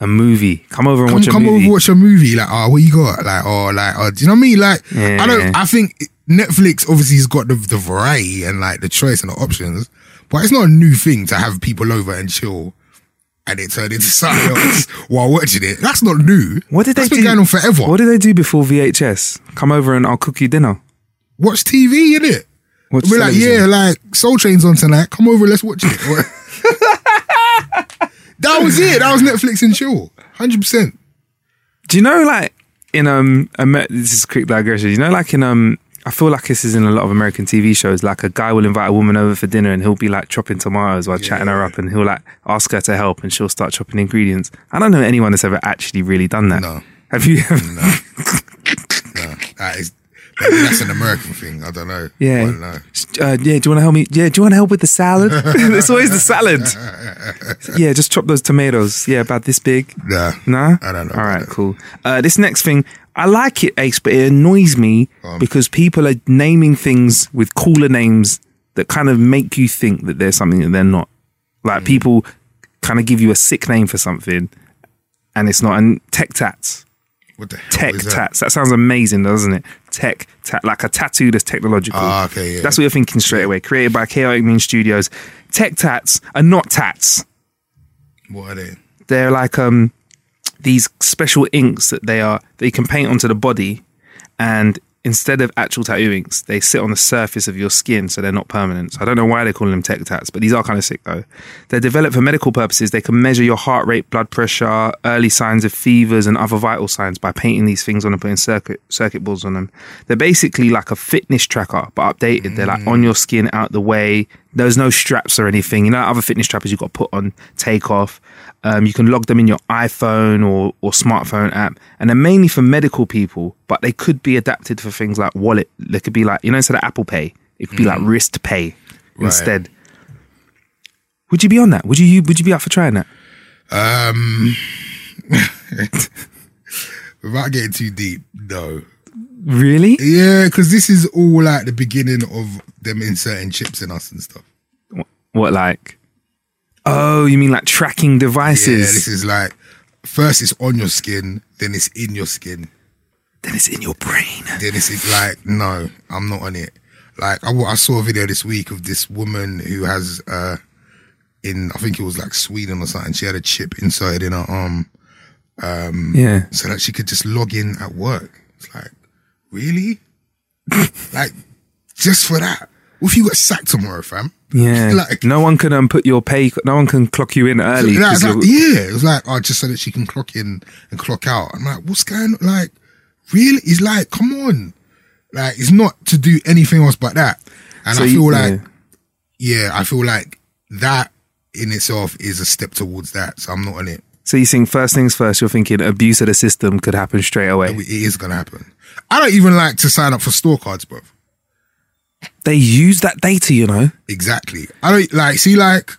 Speaker 1: A movie. Come over and
Speaker 3: come
Speaker 1: watch
Speaker 3: come
Speaker 1: a movie.
Speaker 3: over watch a movie. Like, oh, what you got? Like, oh, like, oh, do you know what I mean? Like, I
Speaker 1: Yeah.
Speaker 3: don't. I think Netflix obviously has got the, the variety and like the choice and the options, but it's not a new thing to have people over and chill. And it turned into something else while watching it. That's not new.
Speaker 1: What did
Speaker 3: That's
Speaker 1: they
Speaker 3: been
Speaker 1: do?
Speaker 3: going on forever.
Speaker 1: What did they do before VHS? Come over and I'll cook you dinner.
Speaker 3: watch TV, innit?
Speaker 1: Watch
Speaker 3: We're like,
Speaker 1: television.
Speaker 3: yeah, like Soul Train's on tonight. Come over, let's watch it. Or- that was it. That was Netflix and chill. Hundred percent.
Speaker 1: Do you know, like in um, Amer- this is a quick digression. You know, like in um, I feel like this is in a lot of American TV shows. Like a guy will invite a woman over for dinner, and he'll be like chopping tomatoes while chatting her up, and he'll like ask her to help, and she'll start chopping ingredients. I don't know anyone that's ever actually really done that.
Speaker 3: No.
Speaker 1: Have you? Ever-
Speaker 3: That is, maybe that's an American thing. I don't know. I
Speaker 1: Yeah.
Speaker 3: don't know.
Speaker 1: Uh, yeah. Do you want to help me? Yeah. Do you want to help with the salad? it's always the salad. yeah. Just chop those tomatoes. Yeah, about this big.
Speaker 3: Nah.
Speaker 1: No?
Speaker 3: I don't know.
Speaker 1: All right, cool. Uh, this next thing, I like it, Ace, but it annoys me because people are naming things with cooler names that kind of make you think that they're something that they're not. Like
Speaker 3: Mm.
Speaker 1: people kind of give you a sick name for something and it's not. And Tech Tats.
Speaker 3: What the hell
Speaker 1: Tech
Speaker 3: is that?
Speaker 1: Tats. That sounds amazing, doesn't it? Tech Tat. Like a tattoo that's technological.
Speaker 3: Ah, okay, yeah.
Speaker 1: That's what you're thinking straight away. Created by Chaotic Mean Studios. Tech Tats are not tats
Speaker 3: What are they?
Speaker 1: they're like um these special inks that they are they can paint onto the body and instead of actual tattoo inks they sit on the surface of your skin so they're not permanent so i don't know why they're calling them tech tats but these are kind of sick though they're developed for medical purposes they can measure your heart rate blood pressure early signs of fevers and other vital signs by painting these things on and putting circuit circuit balls on them they're basically like a fitness tracker but updated they're like on your skin out the way there's no straps or anything. You know, other fitness trappers you've got to put on, take off. Um, you can log them in your iPhone or, or smartphone app. And they're mainly for medical people, but they could be adapted for things like wallet. They could be like, you know, instead of Apple Pay, it could be
Speaker 3: Mm.
Speaker 1: like wrist pay instead. Would you be on that? Would you would you be up for trying that?
Speaker 3: Um, without getting too deep, no.
Speaker 1: Really?
Speaker 3: Yeah, because this is all like the beginning of them inserting chips in us and stuff.
Speaker 1: What like? Oh, you mean like tracking devices?
Speaker 3: Yeah, this is like first it's on your skin, then it's in your skin,
Speaker 1: then it's in your brain.
Speaker 3: then it's it's like no i'm not on it like I, wa- I saw a video this week of this woman who has uh in i think it was like sweden or something she had a chip inserted in her arm Mm.
Speaker 1: Yeah.
Speaker 3: so that she could just log in at work it's like really like just for that what if you got sacked tomorrow fam
Speaker 1: Yeah.
Speaker 3: like
Speaker 1: no one can um, put your pay. No one can clock you in
Speaker 3: so
Speaker 1: early.
Speaker 3: that-
Speaker 1: 'cause you're-
Speaker 3: that- yeah, it was like, oh, just so that she can clock in and clock out. I'm like, what's going on? Like, really? It's like, come on. Like, it's not to do anything else but that. And
Speaker 1: So
Speaker 3: I
Speaker 1: you-
Speaker 3: feel like,
Speaker 1: yeah.
Speaker 3: yeah. I feel like that in itself is a step towards that. So I'm not on it.
Speaker 1: So you think first things first, you're thinking abuse of the system could happen straight away.
Speaker 3: It is going to happen. I don't even like to sign up for store cards, bro.
Speaker 1: They use that data, you know.
Speaker 3: Exactly. I don't like see like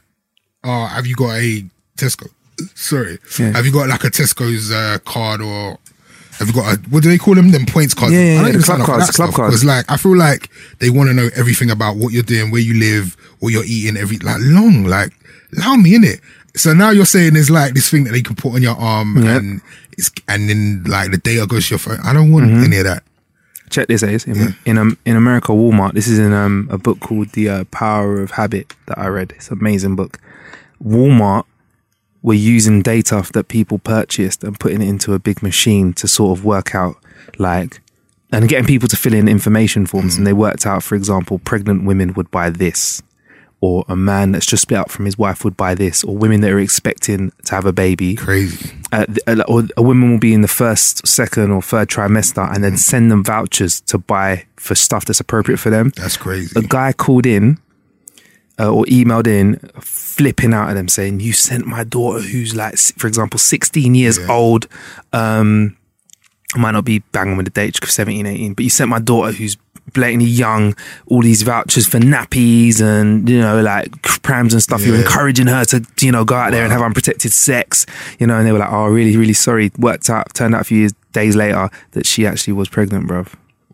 Speaker 3: oh have you got a Tesco sorry.
Speaker 1: Yeah.
Speaker 3: Have you got like a Tesco's uh, card or have you got a what do they call them? Them points cards.
Speaker 1: Yeah, yeah,
Speaker 3: I
Speaker 1: yeah, the club
Speaker 3: sign up for
Speaker 1: cards,
Speaker 3: that
Speaker 1: club
Speaker 3: stuff
Speaker 1: cards.
Speaker 3: 'cause, like I feel like they want to know everything about what you're doing, where you live, what you're eating, every like long, like allow me in it. So now you're saying there's like this thing that they can put on your arm
Speaker 1: Yeah.
Speaker 3: and it's and then like the data goes to your phone. I don't want
Speaker 1: Mm-hmm.
Speaker 3: any of that.
Speaker 1: Check this, Ace. In, in um in America, Walmart. This is in um a book called The uh, Power of Habit that I read. It's an amazing book. Walmart were using data that people purchased and putting it into a big machine to sort of work out like and getting people to fill in information forms and they worked out for example pregnant women would buy this or a man that's just split up from his wife would buy this or women that are expecting to have a baby
Speaker 3: Crazy.
Speaker 1: uh, th- uh, or a woman will be in the first, second, or third trimester, and then send them vouchers to buy for stuff that's appropriate for them.
Speaker 3: That's crazy.
Speaker 1: A guy called in uh, or emailed in, flipping out at them, saying, "You sent my daughter, who's like, s- for example, 16 years old. Um, I might not be banging with the date, she's 17, 18, but you sent my daughter, who's blatantly young, all these vouchers for nappies and, you know, like prams and stuff. You're
Speaker 3: Yeah.
Speaker 1: encouraging her to, you know, go out there and have unprotected sex, you know, and they were like, oh, really, really sorry. Worked out, turned out a few years, days later that she actually was pregnant, bruv.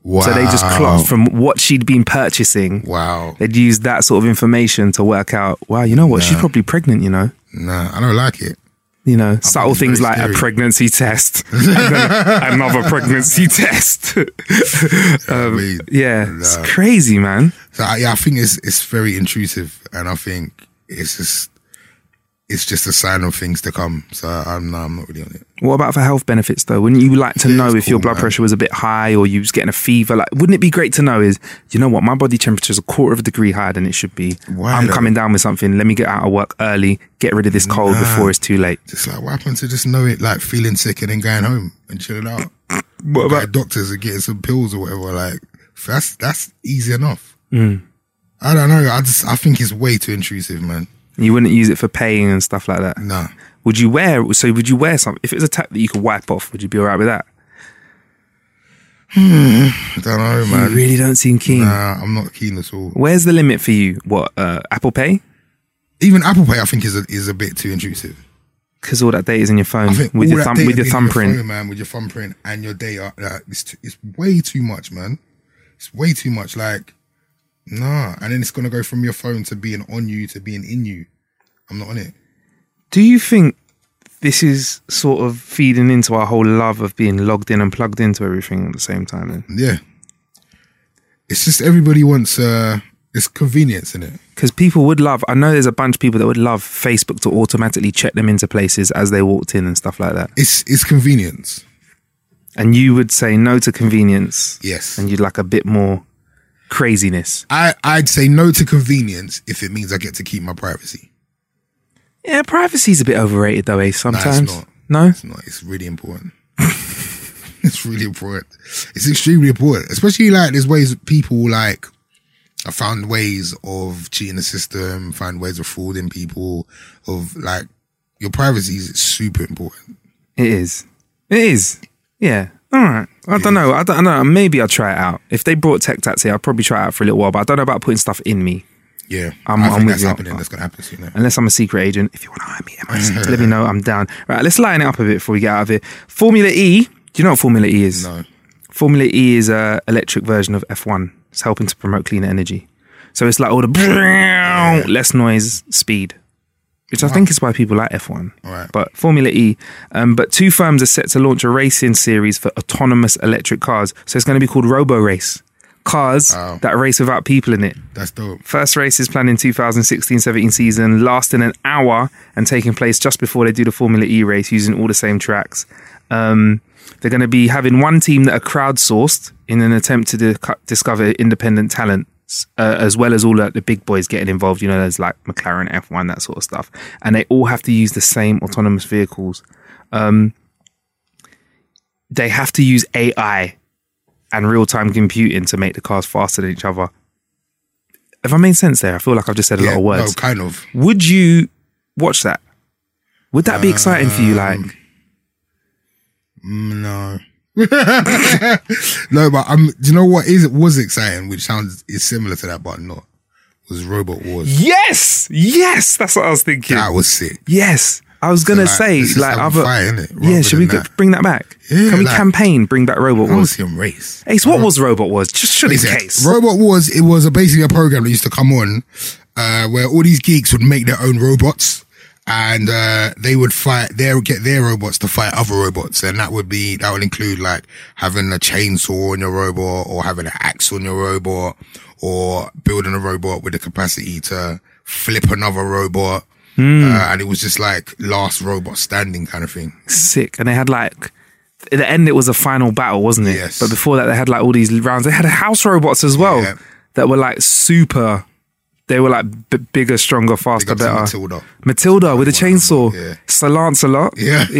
Speaker 3: Wow.
Speaker 1: So they just clocked from what she'd been purchasing.
Speaker 3: Wow.
Speaker 1: They'd used that sort of information to work out, wow, you know what? She's probably pregnant, you know?
Speaker 3: Nah, I don't like it.
Speaker 1: you know, subtle
Speaker 3: very
Speaker 1: things like
Speaker 3: scary.
Speaker 1: a pregnancy test, and then another pregnancy test.
Speaker 3: I mean,
Speaker 1: yeah, it's crazy, man.
Speaker 3: So I, yeah, I think it's it's very intrusive, and I think it's just it's just a sign of things to come. So I'm no, I'm not really on it.
Speaker 1: What about for health benefits though? Wouldn't you like to
Speaker 3: Yeah,
Speaker 1: know
Speaker 3: it's
Speaker 1: if your
Speaker 3: cool,
Speaker 1: blood
Speaker 3: man.
Speaker 1: pressure was a bit high or you was getting a fever? Like, wouldn't it be great to know? Is you know what my body temperature is a quarter of a degree higher than it should be.
Speaker 3: Why
Speaker 1: I'm
Speaker 3: though?
Speaker 1: coming down with something. Let me get out of work early. Get rid of this cold before it's too late.
Speaker 3: Just like what happened to just know it, like feeling sick and then going home and chilling out.
Speaker 1: What about
Speaker 3: like doctors are getting some pills or whatever. Like that's that's easy enough.
Speaker 1: Hmm.
Speaker 3: I don't know. I just I think it's way too intrusive, man.
Speaker 1: you? Wouldn't use it for pain and stuff like that.
Speaker 3: Nah.
Speaker 1: Would you wear? So would you wear something? If it was a tap that you could wipe off, would you be alright with that?
Speaker 3: I don't know,
Speaker 1: I
Speaker 3: man.
Speaker 1: really don't seem keen.
Speaker 3: Nah, I'm not keen at all.
Speaker 1: Where's the limit for you? What uh, Apple Pay?
Speaker 3: Even Apple Pay, I think is a, is a bit too intrusive.
Speaker 1: Because all that data is in your phone
Speaker 3: I think
Speaker 1: with your
Speaker 3: all that
Speaker 1: thumb,
Speaker 3: data
Speaker 1: with your
Speaker 3: is in
Speaker 1: thumbprint.
Speaker 3: phone, man, with your thumbprint and your data, like, it's t- it's way too much, man. It's way too much. Like, nah. And then it's gonna go from your phone to being on you to being in you. I'm not on it.
Speaker 1: Do you think this is sort of feeding into our whole love of being logged in and plugged into everything at the same time? Then,
Speaker 3: Yeah. It's just everybody wants uh it's convenience in it.
Speaker 1: because people would love. I know there's a bunch of people that would love Facebook to automatically check them into places as they walked in and stuff like that.
Speaker 3: It's it's convenience.
Speaker 1: And you would say no to convenience,
Speaker 3: Yes.
Speaker 1: and you'd like a bit more craziness.
Speaker 3: I I'd say no to convenience if it means I get to keep my privacy.
Speaker 1: Yeah, privacy's a bit overrated though. Eh? Sometimes,
Speaker 3: not.
Speaker 1: no.
Speaker 3: It's not. It's really important. it's really important. It's extremely important, especially like there's ways people like. I found ways of cheating the system, find ways of frauding people, of like your privacy is super important.
Speaker 1: It is. It is. Yeah. All right. I don't know. I don't know. Maybe I'll try it out. If they brought tech tats here, I'll probably try it out for a little while. But I don't know about putting stuff in me
Speaker 3: Yeah,
Speaker 1: I'm-
Speaker 3: I
Speaker 1: I'm
Speaker 3: think
Speaker 1: with
Speaker 3: that's
Speaker 1: you.
Speaker 3: happening. That's gonna happen soon.
Speaker 1: unless I'm a secret agent. If you want to hire me, am I secret? let me know. I'm down. Right. Let's line it up a bit before we get out of here. Formula E. Do you know what Formula E is?
Speaker 3: No.
Speaker 1: Formula E is a electric version of F1. It's helping to promote cleaner energy. So it's like all the less noise, speed, which I think is why people like F1.
Speaker 3: Right.
Speaker 1: But Formula E, um, but two firms are set to launch a racing series for autonomous electric cars. So it's going to be called Robo Race. Cars that race without people in it.
Speaker 3: That's dope.
Speaker 1: First race is planned in 2016-17 season, lasting an hour and taking place just before they do the Formula E race using all the same tracks. Um, they're going to be having one team that are crowdsourced in an attempt to di- discover independent talent. Uh, as well as all like, the big boys getting involved, you know, there's like McLaren, F1, that sort of stuff, and they all have to use the same autonomous vehicles. Um, they have to use AI and real time computing to make the cars faster than each other. Have I made sense there? I feel like I've just said a lot of words.
Speaker 3: No, kind of.
Speaker 1: Would you watch that? Would that be exciting for you? Like,
Speaker 3: Mm, No. no, but I'm. Do you know what is? It was exciting, which sounds is similar to that, but not. Was Robot Wars?
Speaker 1: yes, yes, that's what I was thinking.
Speaker 3: That was sick.
Speaker 1: yes, I was gonna
Speaker 3: like,
Speaker 1: say
Speaker 3: this is
Speaker 1: like
Speaker 3: having
Speaker 1: other.
Speaker 3: fire, innit?
Speaker 1: yeah,
Speaker 3: Rather
Speaker 1: should we
Speaker 3: than
Speaker 1: go-
Speaker 3: that.
Speaker 1: bring that back?
Speaker 3: Yeah,
Speaker 1: Can we
Speaker 3: like-
Speaker 1: campaign bring back Robot
Speaker 3: I want
Speaker 1: Wars?
Speaker 3: to see him race.
Speaker 1: Ace, what was Robot Wars? Just should in
Speaker 3: Listen,
Speaker 1: case.
Speaker 3: Robot Wars, it was a, basically a program that used to come on uh, where all these geeks would make their own robots and uh, they would fight, they would get their robots to fight other robots. And that would be, that would include like having a chainsaw on your robot or having an axe on your robot or building a robot with the capacity to flip another robot.
Speaker 1: Hmm.
Speaker 3: Uh, and it was just like last robot standing kind of thing.
Speaker 1: sick. And they had like at the end, it was a final battle, wasn't it?
Speaker 3: Yes.
Speaker 1: But before that, they had like all these rounds. They had house robots as well
Speaker 3: Yeah.
Speaker 1: that were like super. They were like b- bigger, stronger, faster,
Speaker 3: up to
Speaker 1: better.
Speaker 3: Matilda.
Speaker 1: Matilda with a chainsaw.
Speaker 3: Oh, yeah.
Speaker 1: Sir Lancelot.
Speaker 3: Yeah.
Speaker 1: he,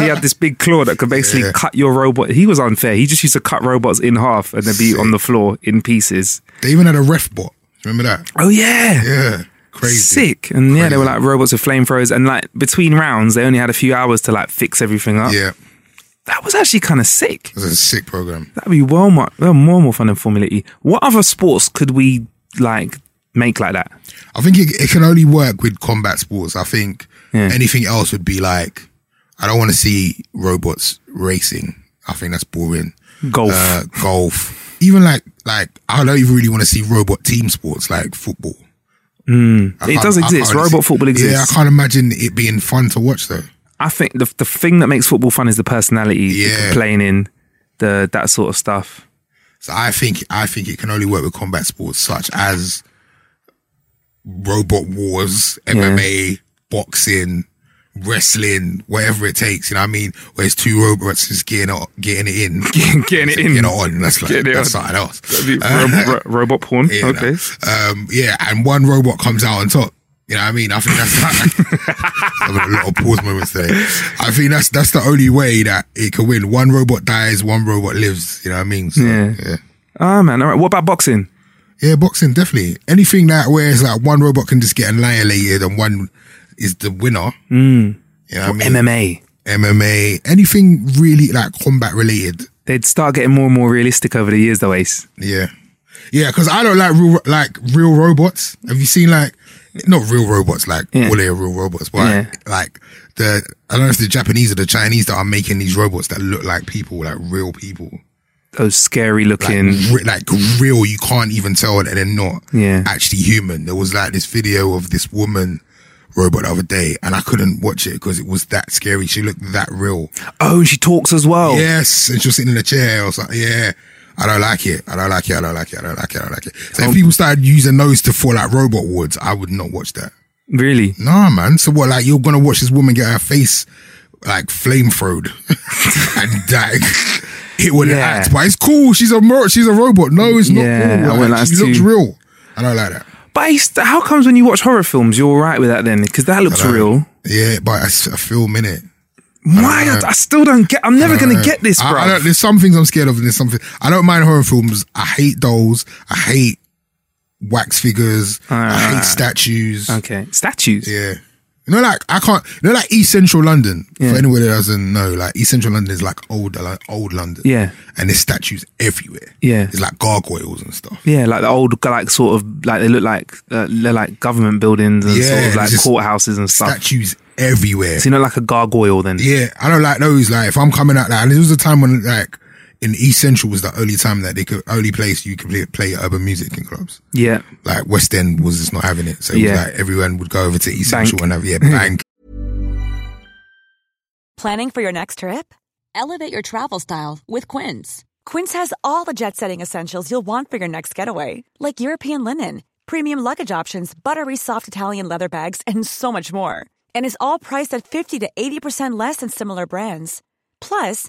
Speaker 1: he had this big claw that could basically cut your robot. He was unfair. He just used to cut robots in half and they'd be on the floor in pieces.
Speaker 3: They even had a ref bot. Remember that?
Speaker 1: Oh yeah.
Speaker 3: Yeah. Crazy.
Speaker 1: Sick. And yeah, they were uh, like robots with flamethrowers. And like between rounds, they only had a few hours to like fix everything up.
Speaker 3: Yeah.
Speaker 1: That was actually kind of sick.
Speaker 3: It's a sick program.
Speaker 1: That'd be well more, well, more more fun than Formula E. What other sports could we like make like that?
Speaker 3: I think it, it can only work with combat sports. I think
Speaker 1: Yeah.
Speaker 3: anything else would be like, I don't want to see robots racing. I think that's boring.
Speaker 1: Golf.
Speaker 3: Uh, golf. Even like, like, I don't even really want to see robot team sports like football. I
Speaker 1: Hmm. it
Speaker 3: can't-
Speaker 1: does
Speaker 3: I can't
Speaker 1: exist.
Speaker 3: really
Speaker 1: Robot
Speaker 3: see-
Speaker 1: football exists.
Speaker 3: Yeah, I can't imagine it being fun to watch though.
Speaker 1: I think the the thing that makes football fun is the personality, the
Speaker 3: Yeah.
Speaker 1: complaining, the that sort of stuff.
Speaker 3: So I think I think it can only work with combat sports such as robot wars, MMA, boxing, wrestling, whatever it takes. You know what I mean? Where it's two robots just getting it, getting it in,
Speaker 1: Getting it in.
Speaker 3: getting it on. That's like
Speaker 1: Getting it
Speaker 3: that's
Speaker 1: on.
Speaker 3: something else.
Speaker 1: Ro- ro- robot porn.
Speaker 3: You know?
Speaker 1: okay.
Speaker 3: Um, yeah, and one robot comes out on top. You know what I mean? I think that's having a lot of pause moments today. I think that's that's the only way that it can win. One robot dies, one robot lives. You know what I mean? So,
Speaker 1: Yeah.
Speaker 3: yeah.
Speaker 1: Ah man. All right. What about boxing?
Speaker 3: Yeah, boxing definitely. Anything that where it's like one robot can just get annihilated and one is the winner. Mm.
Speaker 1: Hmm.
Speaker 3: You know what I
Speaker 1: MMA.
Speaker 3: mean? MMA, anything really like combat related.
Speaker 1: They'd start getting more and more realistic over the years, though. Ace.
Speaker 3: Yeah, yeah. Because I don't like real, like real robots. Have you seen like not real robots, like
Speaker 1: Yeah.
Speaker 3: all they are real robots, but
Speaker 1: Yeah.
Speaker 3: like the I don't know if the Japanese or the Chinese that are making these robots that look like people, like real people.
Speaker 1: Those scary
Speaker 3: like,
Speaker 1: looking.
Speaker 3: re- like real. You can't even tell that they're not
Speaker 1: Yeah.
Speaker 3: actually human. There was like this video of this woman robot the other day, and I couldn't watch it because it was that scary. She looked that real.
Speaker 1: Oh, and she talks as well.
Speaker 3: Yes, and she was sitting in a chair or something. Yeah. I don't like it. I don't like it. I don't like it. I don't like it. I don't like it. So
Speaker 1: Um,
Speaker 3: if people started using those to fall like robot wards, I would not watch that.
Speaker 1: Really.
Speaker 3: Nah, man. So what? Like you're gonna watch this woman get her face like flamethrowed and die. It would
Speaker 1: Yeah.
Speaker 3: act, but it's cool. She's a ro- she's a robot. No, it's not
Speaker 1: Yeah, I
Speaker 3: cool.
Speaker 1: wouldn't
Speaker 3: Like,
Speaker 1: like
Speaker 3: she
Speaker 1: to-
Speaker 3: looks real. I don't like that.
Speaker 1: But Ace, how comes when you watch horror films, you're all right with that then? Because that looks real.
Speaker 3: Yeah, but it's a film in it.
Speaker 1: Why? I, I still don't get. I'm never gonna get this,
Speaker 3: I,
Speaker 1: bro.
Speaker 3: I don't, there's some things I'm scared of, and there's something I don't mind horror films. I hate dolls. I hate wax figures. I hate statues.
Speaker 1: Ah. okay. Statues.
Speaker 3: Yeah. You know, like I can't. You know, like East Central London.
Speaker 1: Yeah.
Speaker 3: For anyone that doesn't know, like East Central London is like old, like old London.
Speaker 1: Yeah.
Speaker 3: And there's statues everywhere.
Speaker 1: Yeah.
Speaker 3: It's like gargoyles and stuff.
Speaker 1: Yeah, like the old, like sort of, like they look like uh, they're like government buildings and
Speaker 3: Yeah,
Speaker 1: sort of like
Speaker 3: just
Speaker 1: courthouses and stuff.
Speaker 3: Statues everywhere.
Speaker 1: So you know, like a gargoyle then.
Speaker 3: Yeah, I don't like those. Like, if I'm coming out, like, and it was a time when, like, in East Central was the only time that they could, only place you could play, play urban music in clubs.
Speaker 1: Yeah.
Speaker 3: Like, West End was just not having it. So it
Speaker 1: Yeah.
Speaker 3: was like everyone would go over to East
Speaker 1: Bank.
Speaker 3: Central and have, yeah, bank.
Speaker 5: Planning for your next trip? Elevate your travel style with Quince. Quince has all the jet setting essentials you'll want for your next getaway, like European linen, premium luggage options, buttery soft Italian leather bags, and so much more. And is all priced at 50 to 80% less than similar brands. Plus,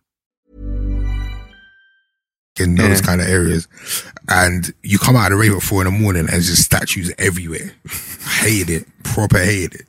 Speaker 3: in those
Speaker 1: Yeah.
Speaker 3: kind of areas. And you come out of the rave at four in the morning and there's just statues everywhere. I hated it. Proper hated it.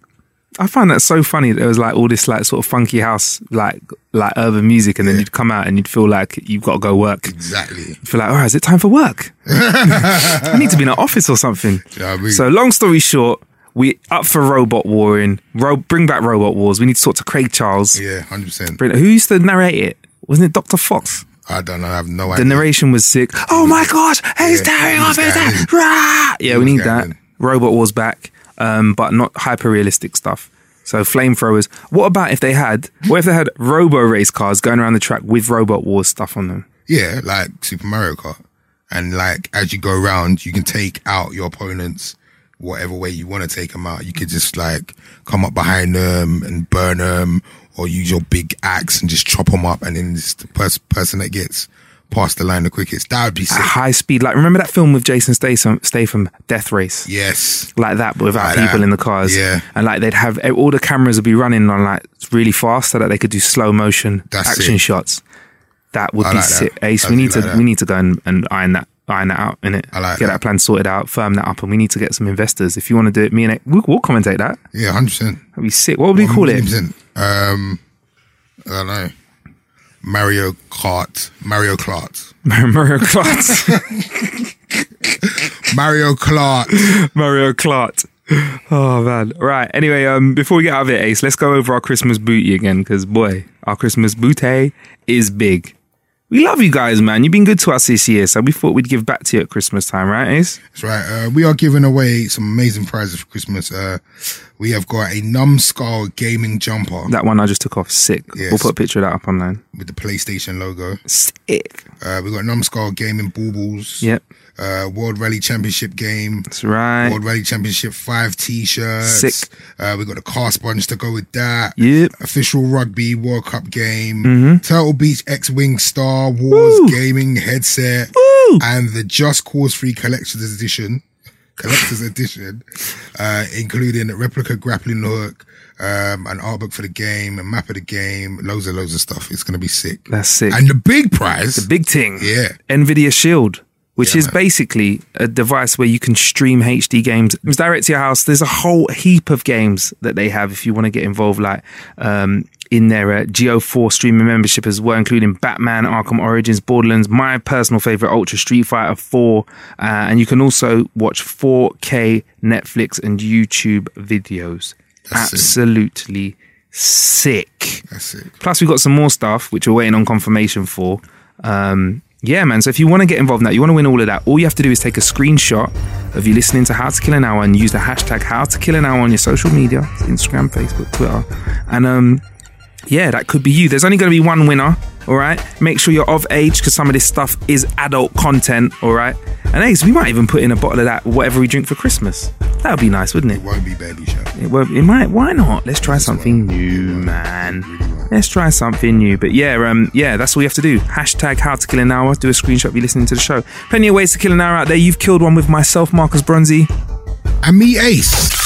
Speaker 1: I found that so funny. There was like all this like sort of funky house, like like urban music, and then you'd come out and you'd feel like you've got to go work.
Speaker 3: Exactly.
Speaker 1: You'd feel like, all right, is it time for work? I need to be in an office or something.
Speaker 3: Yeah, I mean-
Speaker 1: So long story short, we up for robot warring. Ro- bring back robot wars. We need to talk to Craig Charles.
Speaker 3: Yeah, hundred percent.
Speaker 1: Bring- Who used to narrate it? Wasn't it Doctor Fox?
Speaker 3: I don't know. I have no
Speaker 1: The
Speaker 3: idea.
Speaker 1: narration was sick. Oh my god, he's
Speaker 3: Yeah,
Speaker 1: tearing
Speaker 3: he's
Speaker 1: off his head.
Speaker 3: got it.
Speaker 1: Rah! Yeah, we
Speaker 3: He's
Speaker 1: need
Speaker 3: got
Speaker 1: that.
Speaker 3: it.
Speaker 1: Robot Wars back, um, but not hyper realistic stuff. So flamethrowers. What about if they had? What if they had Robo race cars going around the track with Robot Wars stuff on them?
Speaker 3: yeah, like Super Mario Kart, and like as you go around, you can take out your opponents whatever way you want to take them out. You could just like come up behind them and burn them, or use your big axe and just chop them up, and then it's the pers- person that gets past the line the quickest. That would be
Speaker 1: At
Speaker 3: sick.
Speaker 1: high speed, like remember that film with Jason Statham, Statham Death Race.
Speaker 3: Yes.
Speaker 1: like that, but without
Speaker 3: Like that.
Speaker 1: people in the cars.
Speaker 3: Yeah.
Speaker 1: and like they'd have all the cameras would be running on like really fast, so that they could do slow motion
Speaker 3: That's
Speaker 1: action
Speaker 3: it.
Speaker 1: shots. That would
Speaker 3: I
Speaker 1: be
Speaker 3: like that.
Speaker 1: sick. Ace,
Speaker 3: I
Speaker 1: we
Speaker 3: do
Speaker 1: need to
Speaker 3: like that.
Speaker 1: we need to go and, and iron that iron that out in it.
Speaker 3: I like
Speaker 1: get that.
Speaker 3: that.
Speaker 1: plan sorted out, firm that up, and we need to get some investors. If you want to do it, me and it, we'll, we'll commentate that.
Speaker 3: Yeah, hundred percent.
Speaker 1: That'd be sick. What would we call it?
Speaker 3: 100%. Um, I don't know. Mario Kart. Mario Kart.
Speaker 1: Mario Kart.
Speaker 3: Mario Kart.
Speaker 1: Mario Kart. Oh man. Right. Anyway, um, before we get out of it, Ace, let's go over our Christmas booty again, because boy, our Christmas booty is big. We love you guys, man. You've been good to us this year, so we thought we'd give back to you at Christmas time, right, Ace?
Speaker 3: That's right. Uh, we are giving away some amazing prizes for Christmas. Uh, we have got a numbskull gaming jumper
Speaker 1: That one I just took off. Sick.
Speaker 3: Yes.
Speaker 1: We'll put a picture of that up online.
Speaker 3: with the PlayStation logo.
Speaker 1: Sick.
Speaker 3: Uh, we got numbskull gaming baubles.
Speaker 1: Yep.
Speaker 3: Uh, World Rally Championship game.
Speaker 1: That's right.
Speaker 3: World Rally Championship five T-shirts.
Speaker 1: Sick.
Speaker 3: Uh, we got a car sponge to go with that.
Speaker 1: Yep.
Speaker 3: official rugby World Cup game, Turtle Beach X Wing Star Wars
Speaker 1: Mm-hmm. Woo.
Speaker 3: gaming headset,
Speaker 1: Woo.
Speaker 3: and the Just Cause 3 Collector's Edition, Collector's Edition, uh, including a replica grappling hook, um, an art book for the game, a map of the game, loads and loads of stuff. It's going to be sick.
Speaker 1: That's sick.
Speaker 3: And the big prize,
Speaker 1: The big thing.
Speaker 3: Yeah.
Speaker 1: Nvidia Shield, which is basically a device where you can stream HD games. It's direct to your house. There's a whole heap of games that they have if you want to get involved, like um, in their uh, Geo4 streaming membership as well, including Batman, Arkham Origins, Borderlands, my personal favorite, Ultra Street Fighter 4. Uh, and you can also watch 4K Netflix and YouTube videos.
Speaker 3: That's it.
Speaker 1: Absolutely sick.
Speaker 3: that's it.
Speaker 1: Plus, we've got some more stuff which we're waiting on confirmation for. Um, yeah, man. So if you want to get involved in that, you want to win all of that, all you have to do is take a screenshot of you listening to How to Kill an Hour and use the hashtag How to Kill an Hour on your social media Instagram, Facebook, Twitter. And um, yeah, that could be you. There's only going to be one winner, all right? Make sure you're of age because some of this stuff is adult content, all right? And Ace, we might even put in a bottle of that, whatever we drink for Christmas. That would be nice, wouldn't it?
Speaker 3: Won't be baby shower.
Speaker 1: It, won't- it might. Why not? Let's try something new, man. Let's try something new. But yeah, um, yeah, that's all you have to do. Hashtag How to Kill an Hour. Do a screenshot of you listening to the show. Plenty of ways to kill an hour out there. You've killed one with myself, Marcus Bronzy.
Speaker 3: And me, Ace.